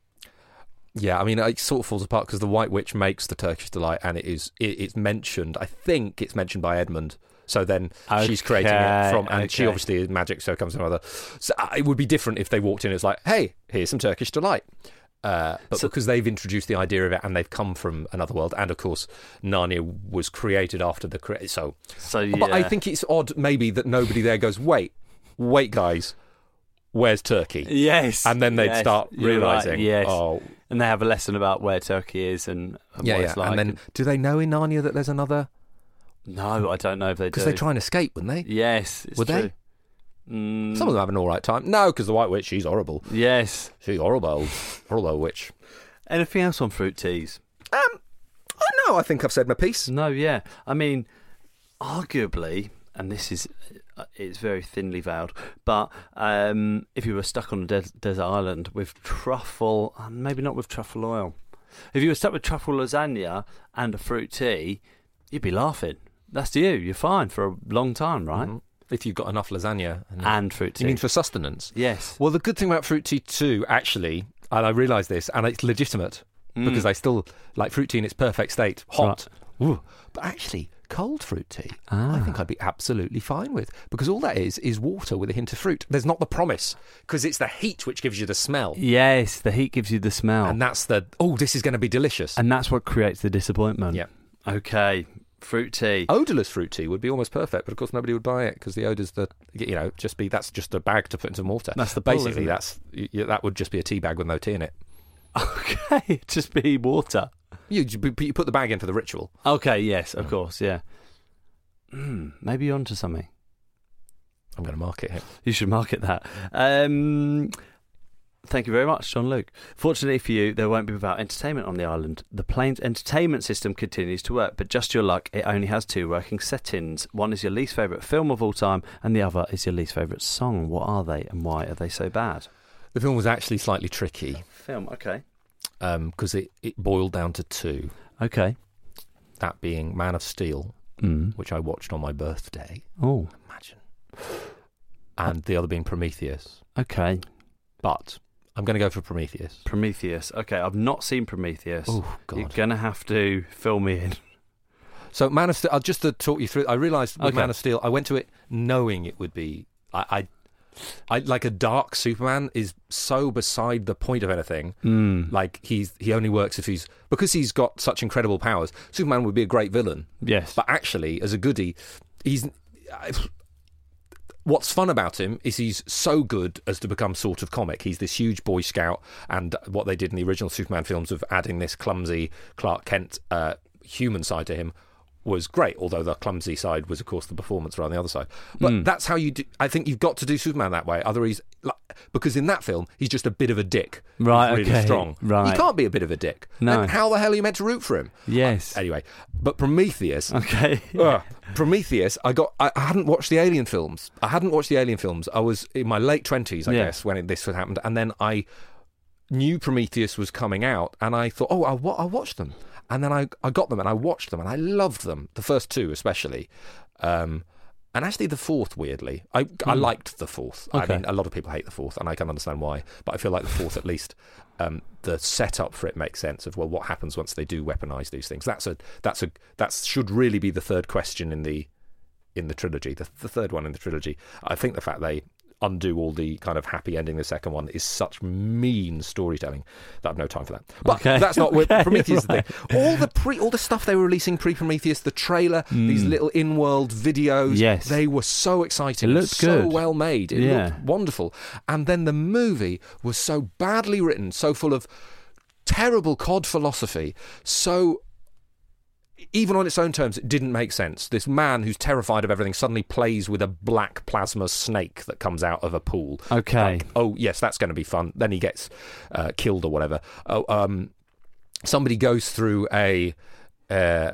Speaker 2: Yeah, I mean, it sort of falls apart because the White Witch makes the Turkish delight, and it is it, it's mentioned. I think it's mentioned by Edmund. So then she's creating
Speaker 1: Okay,
Speaker 2: it from, and she
Speaker 1: okay.
Speaker 2: obviously is magic, so it comes from another. So uh, it would be different if they walked in. It's like, hey, here's some Turkish delight. Uh, but
Speaker 1: So-
Speaker 2: because they've introduced the idea of it and they've come from another world, and of course, Narnia was created after the cre- so.
Speaker 1: So,
Speaker 2: But I
Speaker 1: yeah.
Speaker 2: think it's odd, maybe, that nobody there goes, wait, wait, guys, where's Turkey?
Speaker 1: Yes.
Speaker 2: And then they'd
Speaker 1: yes,
Speaker 2: start
Speaker 1: you're right,
Speaker 2: realizing,
Speaker 1: yes.
Speaker 2: oh,
Speaker 1: And they have a lesson about where Turkey is and, and what it's like.
Speaker 2: And then, do they know in Narnia that there's another?
Speaker 1: no, I don't know if they do.
Speaker 2: Because they try and escape, wouldn't they?
Speaker 1: Yes, it's
Speaker 2: Would
Speaker 1: true.
Speaker 2: they?
Speaker 1: Mm,
Speaker 2: Some of them have an all right time. No, because the White Witch, she's horrible.
Speaker 1: Yes.
Speaker 2: She's
Speaker 1: (laughs)
Speaker 2: horrible, horrible witch.
Speaker 1: Anything else on fruit teas?
Speaker 2: Um, I know. I think I've said my piece.
Speaker 1: No, yeah. I mean, arguably, and this is uh, it's very thinly veiled, but um, if you were stuck on a des- desert island with truffle, and maybe not with truffle oil, if you were stuck with truffle lasagna and a fruit tea, you'd be laughing. That's you. You're fine for a long time, right?
Speaker 2: Mm.
Speaker 1: Ah,
Speaker 2: If you've got enough lasagna, and
Speaker 1: And fruit tea.
Speaker 2: Mm-hmm. you mean for sustenance?
Speaker 1: yes.
Speaker 2: Well, the good thing about fruit tea too, actually, and I realise this, and it's
Speaker 1: Hmm.
Speaker 2: legitimate because I still like fruit tea in its perfect state, hot. Ooh. But actually, cold fruit tea. I
Speaker 1: Ah.
Speaker 2: think I'd be absolutely fine with because all that is is water with a hint of fruit. There's not the promise because it's the heat which gives you the smell,
Speaker 1: Yes, the heat gives you the smell.
Speaker 2: and that's the oh, this is going to be delicious.
Speaker 1: And that's what creates the disappointment.
Speaker 2: Yep.
Speaker 1: Okay. Fruit tea. (laughs)
Speaker 2: Odorless fruit tea would be almost perfect, but of course nobody would buy it because the odors that you know just be that's just a bag to put into water.
Speaker 1: That's the pull,
Speaker 2: basically
Speaker 1: isn't it?
Speaker 2: that's y- y that would just be a tea bag with no tea in it.
Speaker 1: Okay. it'd Just be water.
Speaker 2: You but you put the bag in for the ritual.
Speaker 1: Okay. Yes. Of course. Yeah. Mm, maybe you're onto something.
Speaker 2: I'm going to mark it here.
Speaker 1: You should market that. Um, thank you very much, John Luke. Fortunately for you, there won't be without entertainment on the island. The plane's entertainment system continues to work, but just your luck, it only has two working settings. One is your least favourite film of all time, and the other is your least favourite song. What are they, and why are they so bad?
Speaker 2: The film was actually slightly tricky
Speaker 1: Film, okay.
Speaker 2: because it, it boiled down to two.
Speaker 1: Okay.
Speaker 2: That being Man of Steel,
Speaker 1: Mm.
Speaker 2: which I watched on my birthday.
Speaker 1: Oh,
Speaker 2: Imagine. And the other being Prometheus.
Speaker 1: okay.
Speaker 2: But I'm going to go for Prometheus.
Speaker 1: Prometheus. Okay, I've not seen Prometheus.
Speaker 2: Oh,
Speaker 1: You're
Speaker 2: God.
Speaker 1: going to have to fill me in.
Speaker 2: So Man of Steel, I'll just to talk you through, I realised with
Speaker 1: Okay.
Speaker 2: Man of Steel, I went to it knowing it would be, I, I, I like a dark Superman is so beside the point of anything.
Speaker 1: Mm.
Speaker 2: Like he's he only works if he's because he's got such incredible powers. Superman would be a great villain,
Speaker 1: Yes.
Speaker 2: But actually, as a goody, he's. I, what's fun about him is he's so good as to become sort of comic. He's this huge Boy Scout, and what they did in the original Superman films of adding this clumsy Clark Kent uh, human side to him was great. Although the clumsy side was, of course, the performance around the other side. But
Speaker 1: Hmm.
Speaker 2: that's how you do. I think you've got to do Superman that way. Otherwise, like, because in that film, he's just a bit of a dick. He's
Speaker 1: Right,
Speaker 2: really
Speaker 1: okay,
Speaker 2: strong.
Speaker 1: right.
Speaker 2: You can't be a bit of a dick.
Speaker 1: No.
Speaker 2: Then how the hell are you meant to root for him?
Speaker 1: yes.
Speaker 2: Anyway, but
Speaker 1: (laughs)
Speaker 2: Prometheus.
Speaker 1: okay.
Speaker 2: (laughs) Ugh. Uh. Prometheus. I got. I I hadn't watched the Alien films. I hadn't watched the Alien films. I was in my late twenties, I
Speaker 1: Yeah.
Speaker 2: guess, when it, this had happened. And then I knew Prometheus was coming out, and I thought, oh, I'll, wa- I'll watch them. And then I, I got them, and I watched them, and I loved them. The first two, especially, um, and actually the fourth. Weirdly, I I liked the fourth.
Speaker 1: Hmm. Okay.
Speaker 2: I mean, a lot of people hate the fourth, and I can understand why. But I feel like the fourth, at least, um, the setup for it makes sense of well, what happens once they do weaponize these things. That's a that's a that should really be the third question in the in the trilogy. The, the third one in the trilogy. I think the fact they undo all the kind of happy ending the second one is such mean storytelling that I've no time for that. But
Speaker 1: Okay.
Speaker 2: that's
Speaker 1: (laughs)
Speaker 2: not where
Speaker 1: Okay,
Speaker 2: Prometheus is the
Speaker 1: right.
Speaker 2: thing. (laughs) All the pre all the stuff they were releasing pre Prometheus, the trailer, these little in world videos.
Speaker 1: Mm. Yes.
Speaker 2: They were so exciting.
Speaker 1: It
Speaker 2: and
Speaker 1: looked
Speaker 2: so
Speaker 1: good.
Speaker 2: well made. It
Speaker 1: Yeah.
Speaker 2: looked wonderful. And then the movie was so badly written, so full of terrible cod philosophy, so even on its own terms, it didn't make sense. This man who's terrified of everything suddenly plays with a black plasma snake that comes out of a pool.
Speaker 1: Okay.
Speaker 2: Like, oh, yes, that's going to be fun. Then he gets uh, killed or whatever. Oh, um, somebody goes through a uh,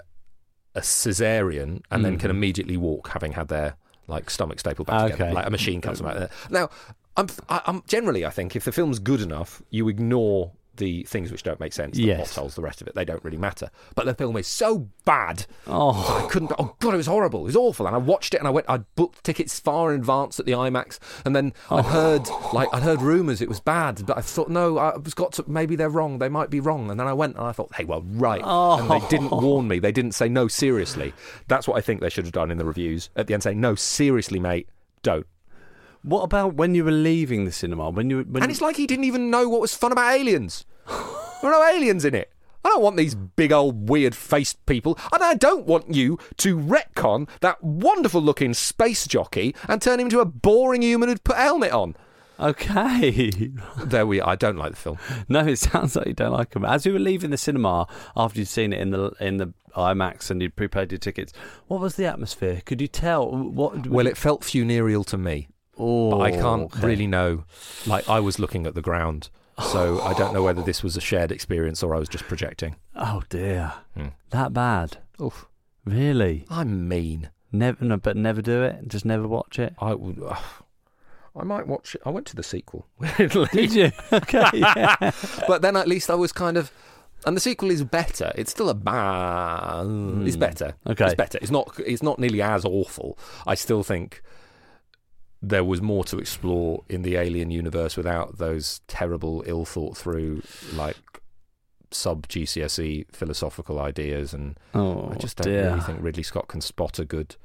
Speaker 2: a cesarean and then can immediately walk, having had their like stomach stapled back
Speaker 1: Mm-hmm. Okay. Mm-hmm.
Speaker 2: together. Like a machine comes from out there. Now, I'm, I, I'm generally, I think, if the film's good enough, you ignore the things which don't make sense. The
Speaker 1: Yes.
Speaker 2: plot holes, the rest of it, they don't really matter. But the film is so bad.
Speaker 1: Oh.
Speaker 2: I couldn't. Oh god, it was horrible. It was awful. And I watched it, and I went. I booked tickets far in advance at the IMAX, and then I heard like I heard rumours it was bad, but I thought no, I was got to. Maybe they're wrong. They might be wrong. And then I went, and I thought, hey, well, right. And they didn't warn me. They didn't say no seriously. That's what I think they should have done in the reviews at the end, saying no seriously, mate, don't.
Speaker 1: What about when you were leaving the cinema? When you when
Speaker 2: And it's like he didn't even know what was fun about aliens. there are no aliens in it. I don't want these big old weird faced people, and I don't want you to retcon that wonderful looking space jockey and turn him into a boring human who'd put a helmet on.
Speaker 1: (laughs) okay, (laughs)
Speaker 2: There we are. I don't like the film.
Speaker 1: no, it sounds like you don't like them. As you were leaving the cinema after you'd seen it in the in the IMAX and you'd prepaid your tickets, what was the atmosphere? Could you tell what?
Speaker 2: Well, it felt funereal to me,
Speaker 1: oh,
Speaker 2: but I can't
Speaker 1: okay.
Speaker 2: really know. Like, I was looking at the ground, so I don't know whether this was a shared experience or I was just projecting.
Speaker 1: Oh dear, that bad.
Speaker 2: Hmm. Oof.
Speaker 1: Really?
Speaker 2: I'm mean.
Speaker 1: Never, no, but never do it. Just never watch
Speaker 2: (laughs)
Speaker 1: it.
Speaker 2: I, would- (sighs) ugh. I might watch it. I went to the sequel.
Speaker 1: Did you?
Speaker 2: (laughs)
Speaker 1: okay. yeah.
Speaker 2: but then at least I was kind of. And the sequel is better. It's still a bad. It's better.
Speaker 1: Hmm. Okay.
Speaker 2: It's better. It's not. It's not nearly as awful. I still think there was more to explore in the Alien universe without those terrible, ill thought through, like sub GCSE E philosophical ideas, and
Speaker 1: Oh,
Speaker 2: I just don't really think Ridley Scott can spot a good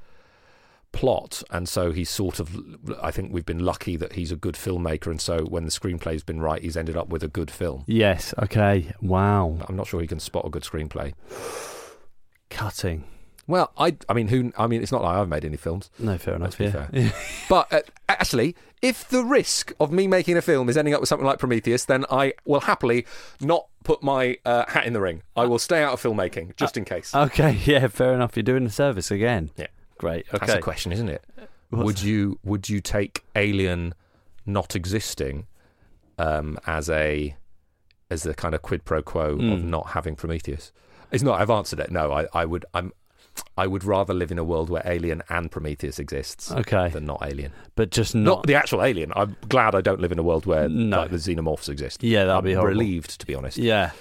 Speaker 2: plot. And so he's sort of, I think we've been lucky that he's a good filmmaker, and so when the screenplay's been right, he's ended up with a good film.
Speaker 1: Yes. Okay. Wow.
Speaker 2: But I'm not sure he can spot a good screenplay.
Speaker 1: Cutting.
Speaker 2: Well, I, I mean, who? I mean, it's not like I've made any films.
Speaker 1: No, fair enough.
Speaker 2: be
Speaker 1: yeah.
Speaker 2: But uh, actually, if the risk of me making a film is ending up with something like Prometheus, then I will happily not put my uh, hat in the ring. I will stay out of filmmaking just in case.
Speaker 1: (laughs) okay. Yeah. Fair enough. You're doing the service again.
Speaker 2: Yeah.
Speaker 1: Great. Okay.
Speaker 2: That's a question, isn't it?
Speaker 1: What's
Speaker 2: would you would you take Alien not existing um, as a as the kind of quid pro quo
Speaker 1: Hmm.
Speaker 2: of not having Prometheus? It's not. I've answered it. No, I, I would. I'm. I would rather live in a world where Alien and Prometheus exists
Speaker 1: Okay.
Speaker 2: than not Alien.
Speaker 1: but just
Speaker 2: Not,
Speaker 1: not.
Speaker 2: the actual alien. I'm glad I don't live in a world where
Speaker 1: No.
Speaker 2: like, the xenomorphs exist.
Speaker 1: Yeah, that'd
Speaker 2: I'm
Speaker 1: be horrible.
Speaker 2: relieved, to be honest.
Speaker 1: Yeah.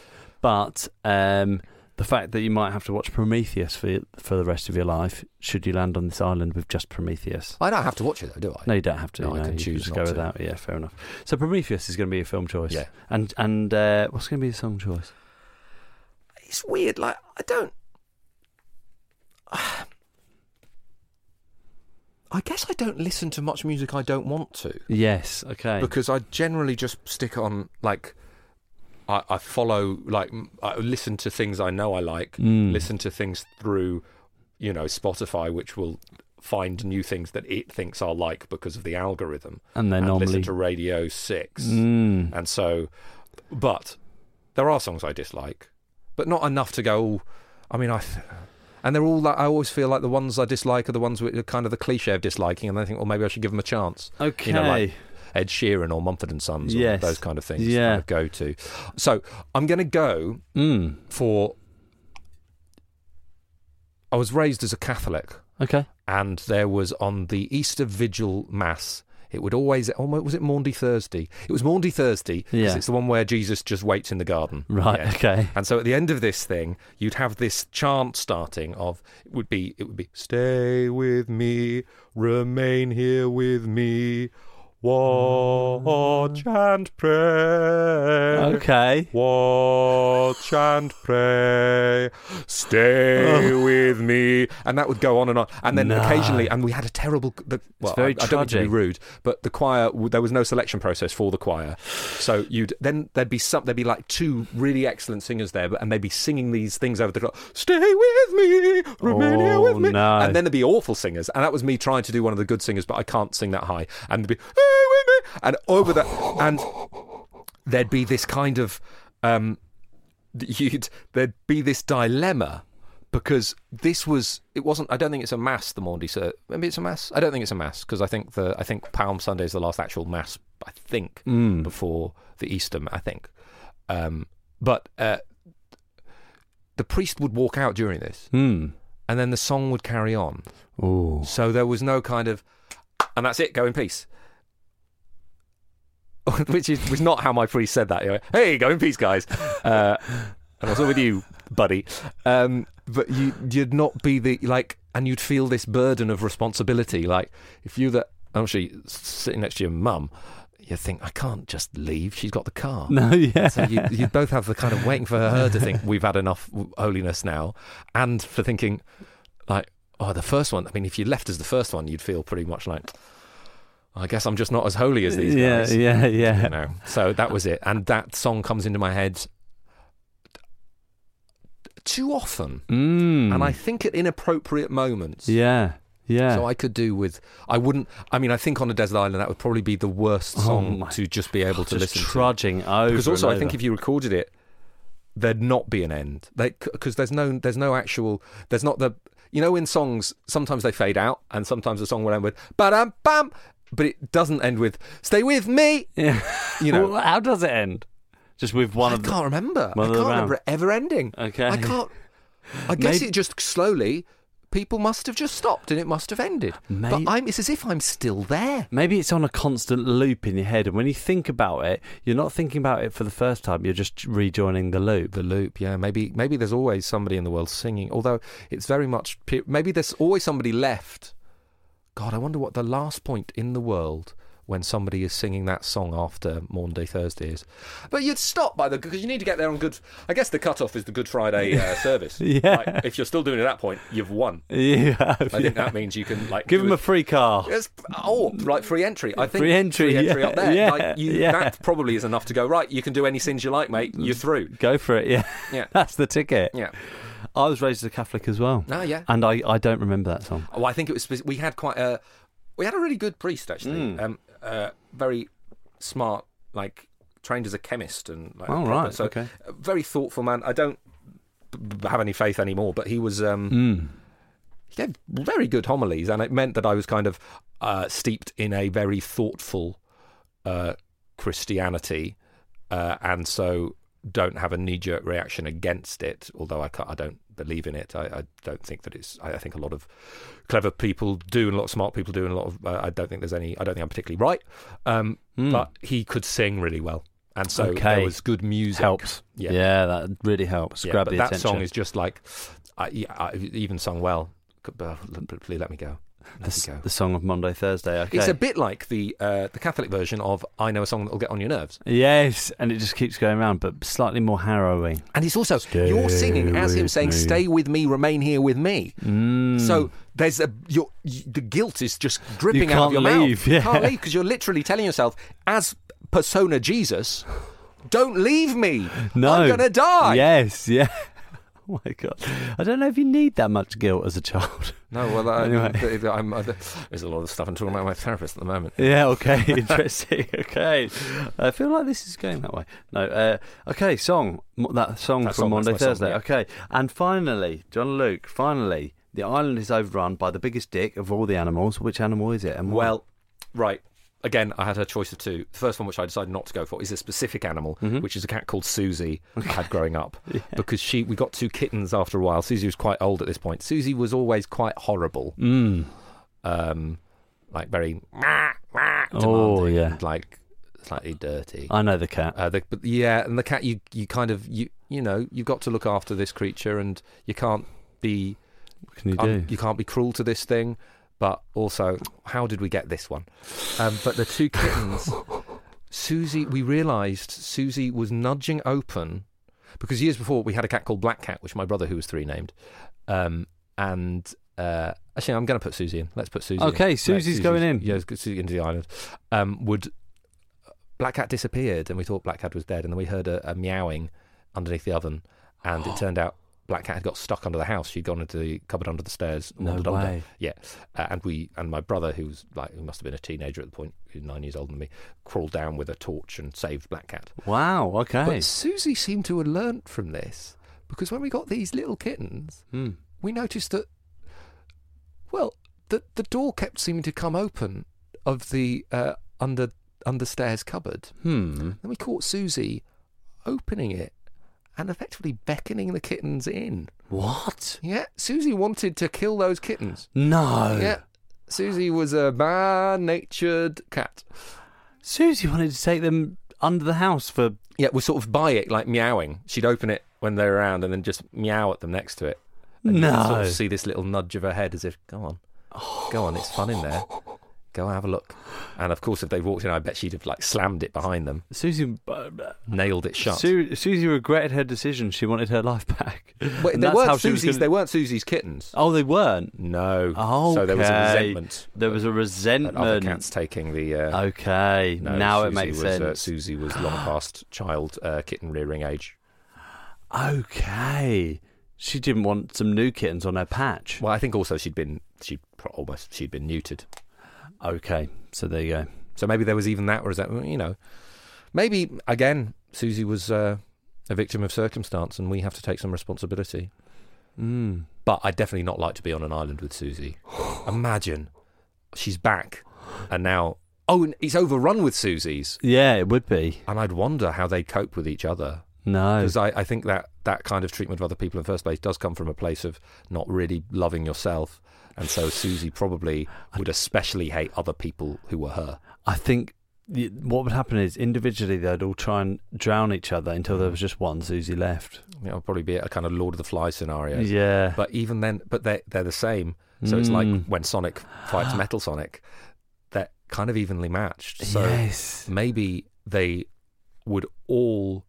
Speaker 1: But um, the fact that you might have to watch Prometheus for for the rest of your life, should you land on this island with just Prometheus.
Speaker 2: I don't have to watch it though, do I?
Speaker 1: No, you don't have to.
Speaker 2: No, I
Speaker 1: you
Speaker 2: can
Speaker 1: you
Speaker 2: choose
Speaker 1: Just
Speaker 2: not
Speaker 1: go
Speaker 2: to.
Speaker 1: without. Yeah, fair enough. So Prometheus is going to be your film choice.
Speaker 2: Yeah.
Speaker 1: And and uh, what's going to be your song choice?
Speaker 2: It's weird. Like I don't. I guess I don't listen to much music I don't want to
Speaker 1: Yes. Okay.
Speaker 2: because I generally just stick on like. I, I follow like m- I listen to things I know I like.
Speaker 1: Mm.
Speaker 2: Listen to things through, you know, Spotify, which will find new things that it thinks I'll like because of the algorithm.
Speaker 1: and they're
Speaker 2: and
Speaker 1: normally.
Speaker 2: listen to Radio Six,
Speaker 1: Mm.
Speaker 2: and so, but there are songs I dislike, but not enough to go. "Oh, I mean, I. Th- and they're all like I always feel like the ones I dislike are the ones which are kind of the cliche of disliking, and I think, well, maybe I should give them a chance.
Speaker 1: Okay.
Speaker 2: You know, like Ed Sheeran or Mumford and Sons, or
Speaker 1: Yes.
Speaker 2: those kind of things.
Speaker 1: Yeah.
Speaker 2: kind of go to. So I'm going to go
Speaker 1: mm.
Speaker 2: for. I was raised as a Catholic,
Speaker 1: Okay.
Speaker 2: and there was on the Easter Vigil Mass. It would always almost was it Maundy Thursday? It was Maundy Thursday 'cause
Speaker 1: Yeah.
Speaker 2: it's the one where Jesus just waits in the garden.
Speaker 1: Right.
Speaker 2: Yeah.
Speaker 1: Okay.
Speaker 2: And so at the end of this thing, you'd have this chant starting of it would be it would be stay with me, remain here with me, watch
Speaker 1: Mm.
Speaker 2: and pray.
Speaker 1: Okay.
Speaker 2: Watch and pray.
Speaker 1: (laughs)
Speaker 2: Stay
Speaker 1: Oh.
Speaker 2: with me. And that would go on and on. And then
Speaker 1: No.
Speaker 2: occasionally, and we had a terrible. The, well,
Speaker 1: very
Speaker 2: I, I don't mean to be
Speaker 1: tragic.
Speaker 2: rude, but the choir w- there was no selection process for the choir. So you'd then there'd be some there'd be like two really excellent singers there, but and they'd be singing these things over the clock. Stay with me, remain here
Speaker 1: Oh,
Speaker 2: with me,
Speaker 1: no.
Speaker 2: and then there'd be awful singers, and that was me trying to do one of the good singers, but I can't sing that high. And there'd be stay with me, and over that, and there'd be this kind of um, (laughs) you'd there'd be this dilemma because this was it wasn't I don't think it's a mass the Maundy so maybe it's a mass I don't think it's a mass because I think the I think Palm Sunday is the last actual mass I think
Speaker 1: Mm.
Speaker 2: before the Easter I think um, but uh, the priest would walk out during this
Speaker 1: Hmm.
Speaker 2: and then the song would carry on (laughs)
Speaker 1: Ooh.
Speaker 2: so there was no kind of, and that's it, go in peace. (laughs) Which is, was not how my priest said that. He went, hey, go in peace, guys. Uh, and also with you, buddy. Um, but you, you'd not be the, like, and you'd feel this burden of responsibility. Like, if you that, actually sitting next to your mum, you think, I can't just leave. She's got the car.
Speaker 1: No. (laughs) Yeah.
Speaker 2: So you, you both have the kind of waiting for her to think we've had enough w- holiness now, and for thinking like, oh, the first one. I mean, if you left as the first one, you'd feel pretty much like, I guess I'm just not as holy as these
Speaker 1: yeah,
Speaker 2: guys.
Speaker 1: yeah. Yeah.
Speaker 2: You know. So that was it, and that song comes into my head too often,
Speaker 1: Mm.
Speaker 2: and I think at inappropriate moments.
Speaker 1: Yeah. Yeah.
Speaker 2: So I could do with I wouldn't I mean I think on a desert island that would probably be the worst
Speaker 1: Oh
Speaker 2: song
Speaker 1: my
Speaker 2: to just be able to
Speaker 1: just
Speaker 2: listen to
Speaker 1: trudging over.
Speaker 2: because also
Speaker 1: and
Speaker 2: I think
Speaker 1: over.
Speaker 2: if you recorded it, there'd not be an end. Because there's no there's no actual there's not the you know in songs sometimes they fade out and sometimes the song will end with bam bam, but it doesn't end with stay with me.
Speaker 1: Yeah.
Speaker 2: You
Speaker 1: (laughs)
Speaker 2: know,
Speaker 1: Well, how does it end? Just with one
Speaker 2: I
Speaker 1: of the.
Speaker 2: can't remember. I
Speaker 1: one of
Speaker 2: can't
Speaker 1: the
Speaker 2: remember
Speaker 1: round.
Speaker 2: it ever ending.
Speaker 1: Okay.
Speaker 2: I can't. I guess
Speaker 1: Maybe-
Speaker 2: it just slowly. People must have just stopped and it must have ended.
Speaker 1: May-
Speaker 2: But I'm, it's as if I'm still there.
Speaker 1: Maybe it's on a constant loop in your head, and when you think about it, you're not thinking about it for the first time. You're just rejoining the loop.
Speaker 2: the loop yeah maybe maybe there's always somebody in the world singing although it's very much pe- maybe there's always somebody left god i wonder what the last point in the world when somebody is singing that song after Maunday Thursdays. But you'd stop by the because you need to get there on good. I guess the cutoff is the Good
Speaker 1: (laughs)
Speaker 2: Friday uh, service.
Speaker 1: Yeah.
Speaker 2: Like, if you're still doing it at that point, you've won.
Speaker 1: (laughs) You have,
Speaker 2: I think
Speaker 1: yeah.
Speaker 2: that means you can like
Speaker 1: Give
Speaker 2: do
Speaker 1: him
Speaker 2: a-
Speaker 1: a free car.
Speaker 2: it's, oh, right, free entry. I think
Speaker 1: Free entry, yeah,
Speaker 2: up there.
Speaker 1: yeah,
Speaker 2: like you,
Speaker 1: yeah.
Speaker 2: That probably is enough to go. Right, you can do any sins you like, mate. You're through.
Speaker 1: Go for it. Yeah. (laughs)
Speaker 2: Yeah.
Speaker 1: That's the ticket.
Speaker 2: Yeah.
Speaker 1: I was raised as a Catholic as well.
Speaker 2: Oh, yeah.
Speaker 1: And I, I don't remember that song.
Speaker 2: Oh, I think it was. spec- We had quite a. We had a really good priest actually.
Speaker 1: Hmm.
Speaker 2: Um, uh, very smart, like trained as a chemist and. Like,
Speaker 1: Oh,
Speaker 2: proper-
Speaker 1: right,
Speaker 2: So
Speaker 1: okay.
Speaker 2: a very thoughtful man. I don't b- b- have any faith anymore, but he was. Um, He gave very good homilies, and it meant that I was kind of uh, steeped in a very thoughtful uh, Christianity, uh, and so don't have a knee-jerk reaction against it. Although I can't, I don't believe in it. I, I don't think that it's. I, I think a lot of clever people do, and a lot of smart people do, and a lot of. Uh, I don't think there's any. I don't think I'm particularly right. Um,
Speaker 1: Mm.
Speaker 2: But he could sing really well, and so
Speaker 1: Hmm. Okay.
Speaker 2: there was good music.
Speaker 1: Helps.
Speaker 2: Yeah.
Speaker 1: that really helps.
Speaker 2: Yeah,
Speaker 1: Grab
Speaker 2: but
Speaker 1: the
Speaker 2: that
Speaker 1: attention.
Speaker 2: song is just like, I, yeah, I even sung well. Could- but uh, Please let me go. Let
Speaker 1: the, s-
Speaker 2: me go.
Speaker 1: the song of Monday, Thursday. Okay.
Speaker 2: It's a bit like the uh, the Catholic version of "I know a song that'll get on your nerves,"
Speaker 1: yes, and it just keeps going around, but slightly more harrowing.
Speaker 2: and it's also you're singing as him saying, "Stay with me, remain here with me."
Speaker 1: Hmm.
Speaker 2: Mm. So there's a your the guilt is just dripping out
Speaker 1: can't
Speaker 2: of your
Speaker 1: leave,
Speaker 2: mouth.
Speaker 1: yeah.
Speaker 2: You can't leave because you're literally telling yourself, as persona Jesus, "Don't leave me.
Speaker 1: No.
Speaker 2: I'm gonna die."
Speaker 1: Yes, yeah. (laughs) Oh my God. I don't know if you need that much guilt as a child. (laughs)
Speaker 2: No, well, I,
Speaker 1: Anyway.
Speaker 2: th- th- (laughs) I'm, uh, th- there's a lot of stuff I'm talking about with my therapist at the moment.
Speaker 1: Yeah, okay, (laughs) interesting. okay, I feel like this is going that way. No, uh, okay, song Mo- that song
Speaker 2: That
Speaker 1: from
Speaker 2: song, that's
Speaker 1: Monday
Speaker 2: my song,
Speaker 1: Thursday.
Speaker 2: yeah.
Speaker 1: Okay, and finally, John Luke. Finally, the island is overrun by the biggest dick of all the animals. Which animal is it? And why?
Speaker 2: Well, right. Again, I had a choice of two. The first one, which I decided not to go for, is a specific animal,
Speaker 1: Mm-hmm.
Speaker 2: which is a cat called Susie I
Speaker 1: (laughs)
Speaker 2: had growing up. Because she, we got two kittens after a while. Susie was quite old at this point. Susie was always quite horrible,
Speaker 1: Mm.
Speaker 2: um, like very demanding,
Speaker 1: Oh, yeah.
Speaker 2: like slightly dirty.
Speaker 1: I know the cat.
Speaker 2: Uh, the, but yeah, and the cat, you you kind of you you know you've got to look after this creature, and you can't be
Speaker 1: What can you do?
Speaker 2: um, you can't be cruel to this thing, but also, how did we get this one? Um, but the two kittens, Susie, we realised Susie was nudging open because years before we had a cat called Black Cat, which my brother, who was three, named. Um, and uh, actually, I'm going to put Susie in. Let's put Susie.
Speaker 1: Okay,
Speaker 2: in.
Speaker 1: Susie's going in.
Speaker 2: Yeah, let's get Susie into the island. Um, would Black Cat disappeared, and we thought Black Cat was dead, and then we heard a, a meowing underneath the oven, and
Speaker 1: (gasps)
Speaker 2: it turned out Black Cat had got stuck under the house. She'd gone into the cupboard under the stairs.
Speaker 1: No
Speaker 2: wandered under.
Speaker 1: way.
Speaker 2: Yeah, uh, and we and my brother, who was like who must have been a teenager at the point, who's nine years older than me, crawled down with a torch and saved Black Cat.
Speaker 1: wow. Okay.
Speaker 2: But Susie seemed to have learnt from this because when we got these little kittens,
Speaker 1: Hmm.
Speaker 2: we noticed that, well, the the door kept seeming to come open of the uh, under under stairs cupboard.
Speaker 1: Hmm.
Speaker 2: Then we caught Susie opening it and effectively beckoning the kittens in.
Speaker 1: What?
Speaker 2: Yeah, Susie wanted to kill those kittens.
Speaker 1: No.
Speaker 2: Oh, Yeah, Susie was a bad natured cat.
Speaker 1: Susie wanted to take them under the house for.
Speaker 2: Yeah, was sort of by it, like meowing. She'd open it when they're around and then just meow at them next to it. And you could sort
Speaker 1: No.
Speaker 2: of see this little nudge of her head as if, go on, go on, it's fun in there. Go have a look. And of course, if they walked in, I bet she'd have like slammed it behind them,
Speaker 1: Susie. uh,
Speaker 2: nailed it shut.
Speaker 1: Su- Susie regretted her decision. She wanted her life back.
Speaker 2: Wait,
Speaker 1: And
Speaker 2: they
Speaker 1: that's how
Speaker 2: weren't
Speaker 1: she was
Speaker 2: Susie's.
Speaker 1: gonna-
Speaker 2: They weren't Susie's kittens.
Speaker 1: Oh, they weren't.
Speaker 2: No.
Speaker 1: Oh,
Speaker 2: So there was a resentment.
Speaker 1: There was a
Speaker 2: That other
Speaker 1: resentment.
Speaker 2: cats taking the. Uh,
Speaker 1: Okay,
Speaker 2: no,
Speaker 1: now it
Speaker 2: Susie
Speaker 1: makes
Speaker 2: was, Uh,
Speaker 1: sense.
Speaker 2: Susie was (gasps) long past child uh, kitten rearing age.
Speaker 1: okay, she didn't want some new kittens on her patch.
Speaker 2: Well, I think also she'd been she pro- almost she'd been neutered.
Speaker 1: Okay, so there you go.
Speaker 2: So maybe there was even that resentment. You know, maybe again Susie was uh, a victim of circumstance, and we have to take some responsibility. Hmm.
Speaker 1: Mm.
Speaker 2: But I'd definitely not like to be on an island with Susie. Imagine she's back, and now oh, and it's overrun with Susies.
Speaker 1: Yeah, it would be.
Speaker 2: And I'd wonder how they cope with each other.
Speaker 1: No,
Speaker 2: Because I, I think that that kind of treatment of other people in the first place does come from a place of not really loving yourself. And so Susie probably would especially hate other people who were her.
Speaker 1: I think y- what would happen is individually they'd all try and drown each other until there was just one Susie left.
Speaker 2: You know, it'd probably be a kind of Lord of the Flies scenario.
Speaker 1: Yeah,
Speaker 2: But even then, but they're, they're the same. So it's like
Speaker 1: Mm. (gasps)
Speaker 2: when Sonic fights Metal Sonic, that kind of evenly matched. So
Speaker 3: yes.
Speaker 2: maybe they would all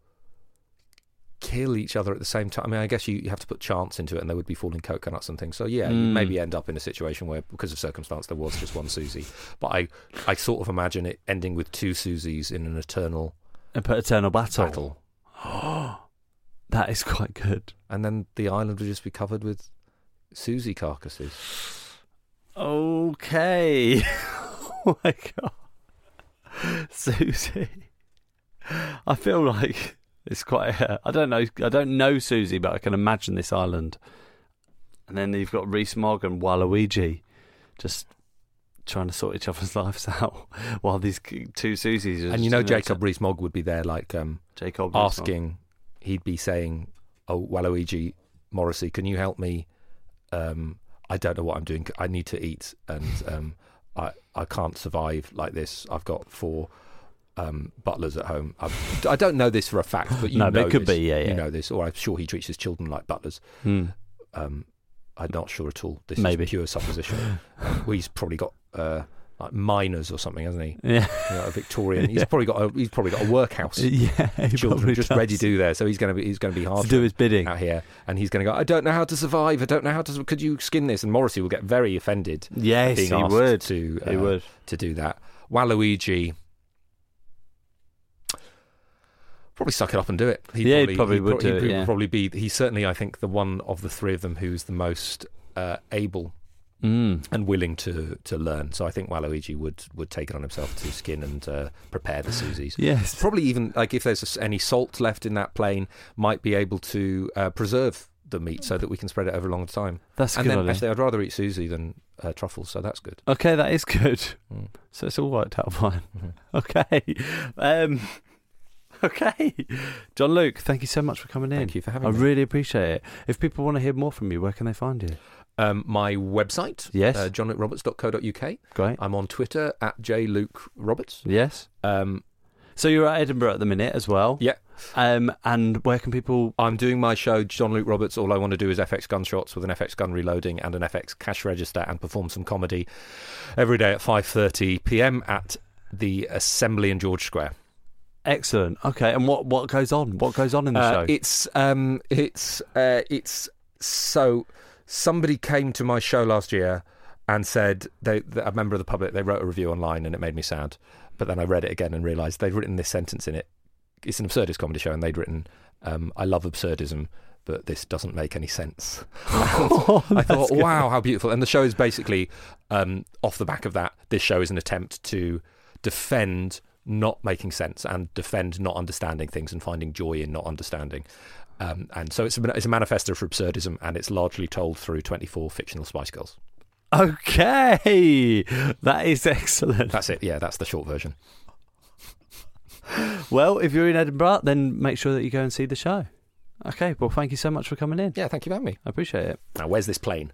Speaker 2: kill each other at the same time. I mean, I guess you, you have to put chance into it, and they would be falling coconuts and things. So yeah, you
Speaker 1: Mm.
Speaker 2: maybe end up in a situation where, because of circumstance, there was just one Susie. But I, I sort of imagine it ending with two Susies in an eternal
Speaker 1: A paternal battle.
Speaker 2: battle,
Speaker 1: (gasps) That is quite good.
Speaker 2: and then the island would just be covered with Susie carcasses.
Speaker 1: Okay. (laughs) oh my god. (laughs) Susie. I feel like it's quite I I don't know I don't know Susie, but I can imagine this island. And then you've got Reese Mogg and Waluigi just trying to sort each other's (laughs) lives out while these c- two Susies are
Speaker 2: and
Speaker 1: just
Speaker 2: you know,
Speaker 1: in a-
Speaker 2: Jacob Rees-Mogg would be there, like um,
Speaker 1: Jacob Rees-Mogg.
Speaker 2: asking, he'd be saying, "Oh, Waluigi Morrissey, can you help me? Um, I don't know what I'm doing. I need to eat, and um, I I can't survive like this. I've got four um, butlers at home. I've, I don't know this for a fact, but you
Speaker 1: No,
Speaker 2: know
Speaker 1: but it could
Speaker 2: this.
Speaker 1: be, yeah, yeah.
Speaker 2: you know this, or I'm sure he treats his children like butlers.
Speaker 1: Hmm.
Speaker 2: Um, I'm not sure at all. This
Speaker 1: Maybe.
Speaker 2: is
Speaker 1: (laughs)
Speaker 2: pure supposition. um, well, he's probably got uh, like miners or something, hasn't he? (laughs)
Speaker 1: Yeah.
Speaker 2: You know,
Speaker 1: (laughs)
Speaker 2: a Victorian. He's
Speaker 1: Yeah.
Speaker 2: probably got a he's probably got a workhouse
Speaker 1: (laughs) Yeah. he probably
Speaker 2: children just ready
Speaker 1: does.
Speaker 2: do there. So he's going to be he's going to be hard
Speaker 1: to do his bidding.
Speaker 2: out here, and he's going to go. I don't know how to survive. I don't know how to. Could you skin this? And Morrissey will get very offended
Speaker 1: Yes,
Speaker 2: being
Speaker 1: he
Speaker 2: asked
Speaker 1: would.
Speaker 2: to uh,
Speaker 1: He would.
Speaker 2: to do that. Waluigi. Probably suck it up and do it.
Speaker 1: Yeah, he probably would
Speaker 2: prob-
Speaker 1: do it,
Speaker 2: would
Speaker 1: yeah.
Speaker 2: Probably be. He's certainly, I think, the one of the three of them who's the most uh, able
Speaker 1: Mm.
Speaker 2: and willing to to learn. So I think Waluigi would would take it on himself to skin and uh, prepare the Susies
Speaker 1: Yes.
Speaker 2: probably even like if there's any salt left in that plane, might be able to uh, preserve the meat so that we can spread it over a long time.
Speaker 1: That's a
Speaker 2: and
Speaker 1: good
Speaker 2: then
Speaker 1: idea.
Speaker 2: actually, I'd rather eat Susie than uh, truffles, so that's good.
Speaker 1: Okay, that is good.
Speaker 2: Mm.
Speaker 1: So it's all worked out (laughs) fine.
Speaker 2: Mhm.
Speaker 1: Okay. Um, okay. John Luke, thank you so much for coming in.
Speaker 2: Thank you for having
Speaker 1: I
Speaker 2: me.
Speaker 1: really appreciate it. If people want to hear more from you, where can they find you?
Speaker 2: um, my website,
Speaker 1: Yes.
Speaker 2: uh, johnlukeroberts.co.uk.
Speaker 1: Great.
Speaker 2: I'm on Twitter at jlukeroberts.
Speaker 1: Yes.
Speaker 2: Um,
Speaker 1: So you're at Edinburgh at the minute as well.
Speaker 2: Yeah.
Speaker 1: Um, and where can people?
Speaker 2: I'm doing my show, John Luke Roberts. All I want to do is FX gunshots with an FX gun reloading and an FX cash register and perform some comedy every day at 5.30 p.m. at the Assembly in George Square.
Speaker 1: Excellent. Okay. And what what goes on? What goes on in the
Speaker 2: Uh,
Speaker 1: show?
Speaker 2: It's um, it's uh, it's so somebody came to my show last year and said they, that a member of the public they wrote a review online and it made me sad. But then I read it again and realised they'd written this sentence in it. It's an absurdist comedy show and they'd written, um, "I love absurdism." But this doesn't make any sense. (laughs) I thought, wow, how beautiful! And the show is basically um, off the back of that. This show is an attempt to defend not making sense and defend not understanding things and finding joy in not understanding. Um, and so it's a, it's a manifesto for absurdism, and it's largely told through 24 fictional Spice Girls.
Speaker 1: okay. That is (laughs) excellent.
Speaker 2: That's it. Yeah, that's the short version.
Speaker 1: Well, if you're in Edinburgh, then make sure that you go and see the show. Okay. Well, thank you so much for coming in.
Speaker 2: Yeah, thank you for having me.
Speaker 1: I appreciate it.
Speaker 2: Now, where's this plane?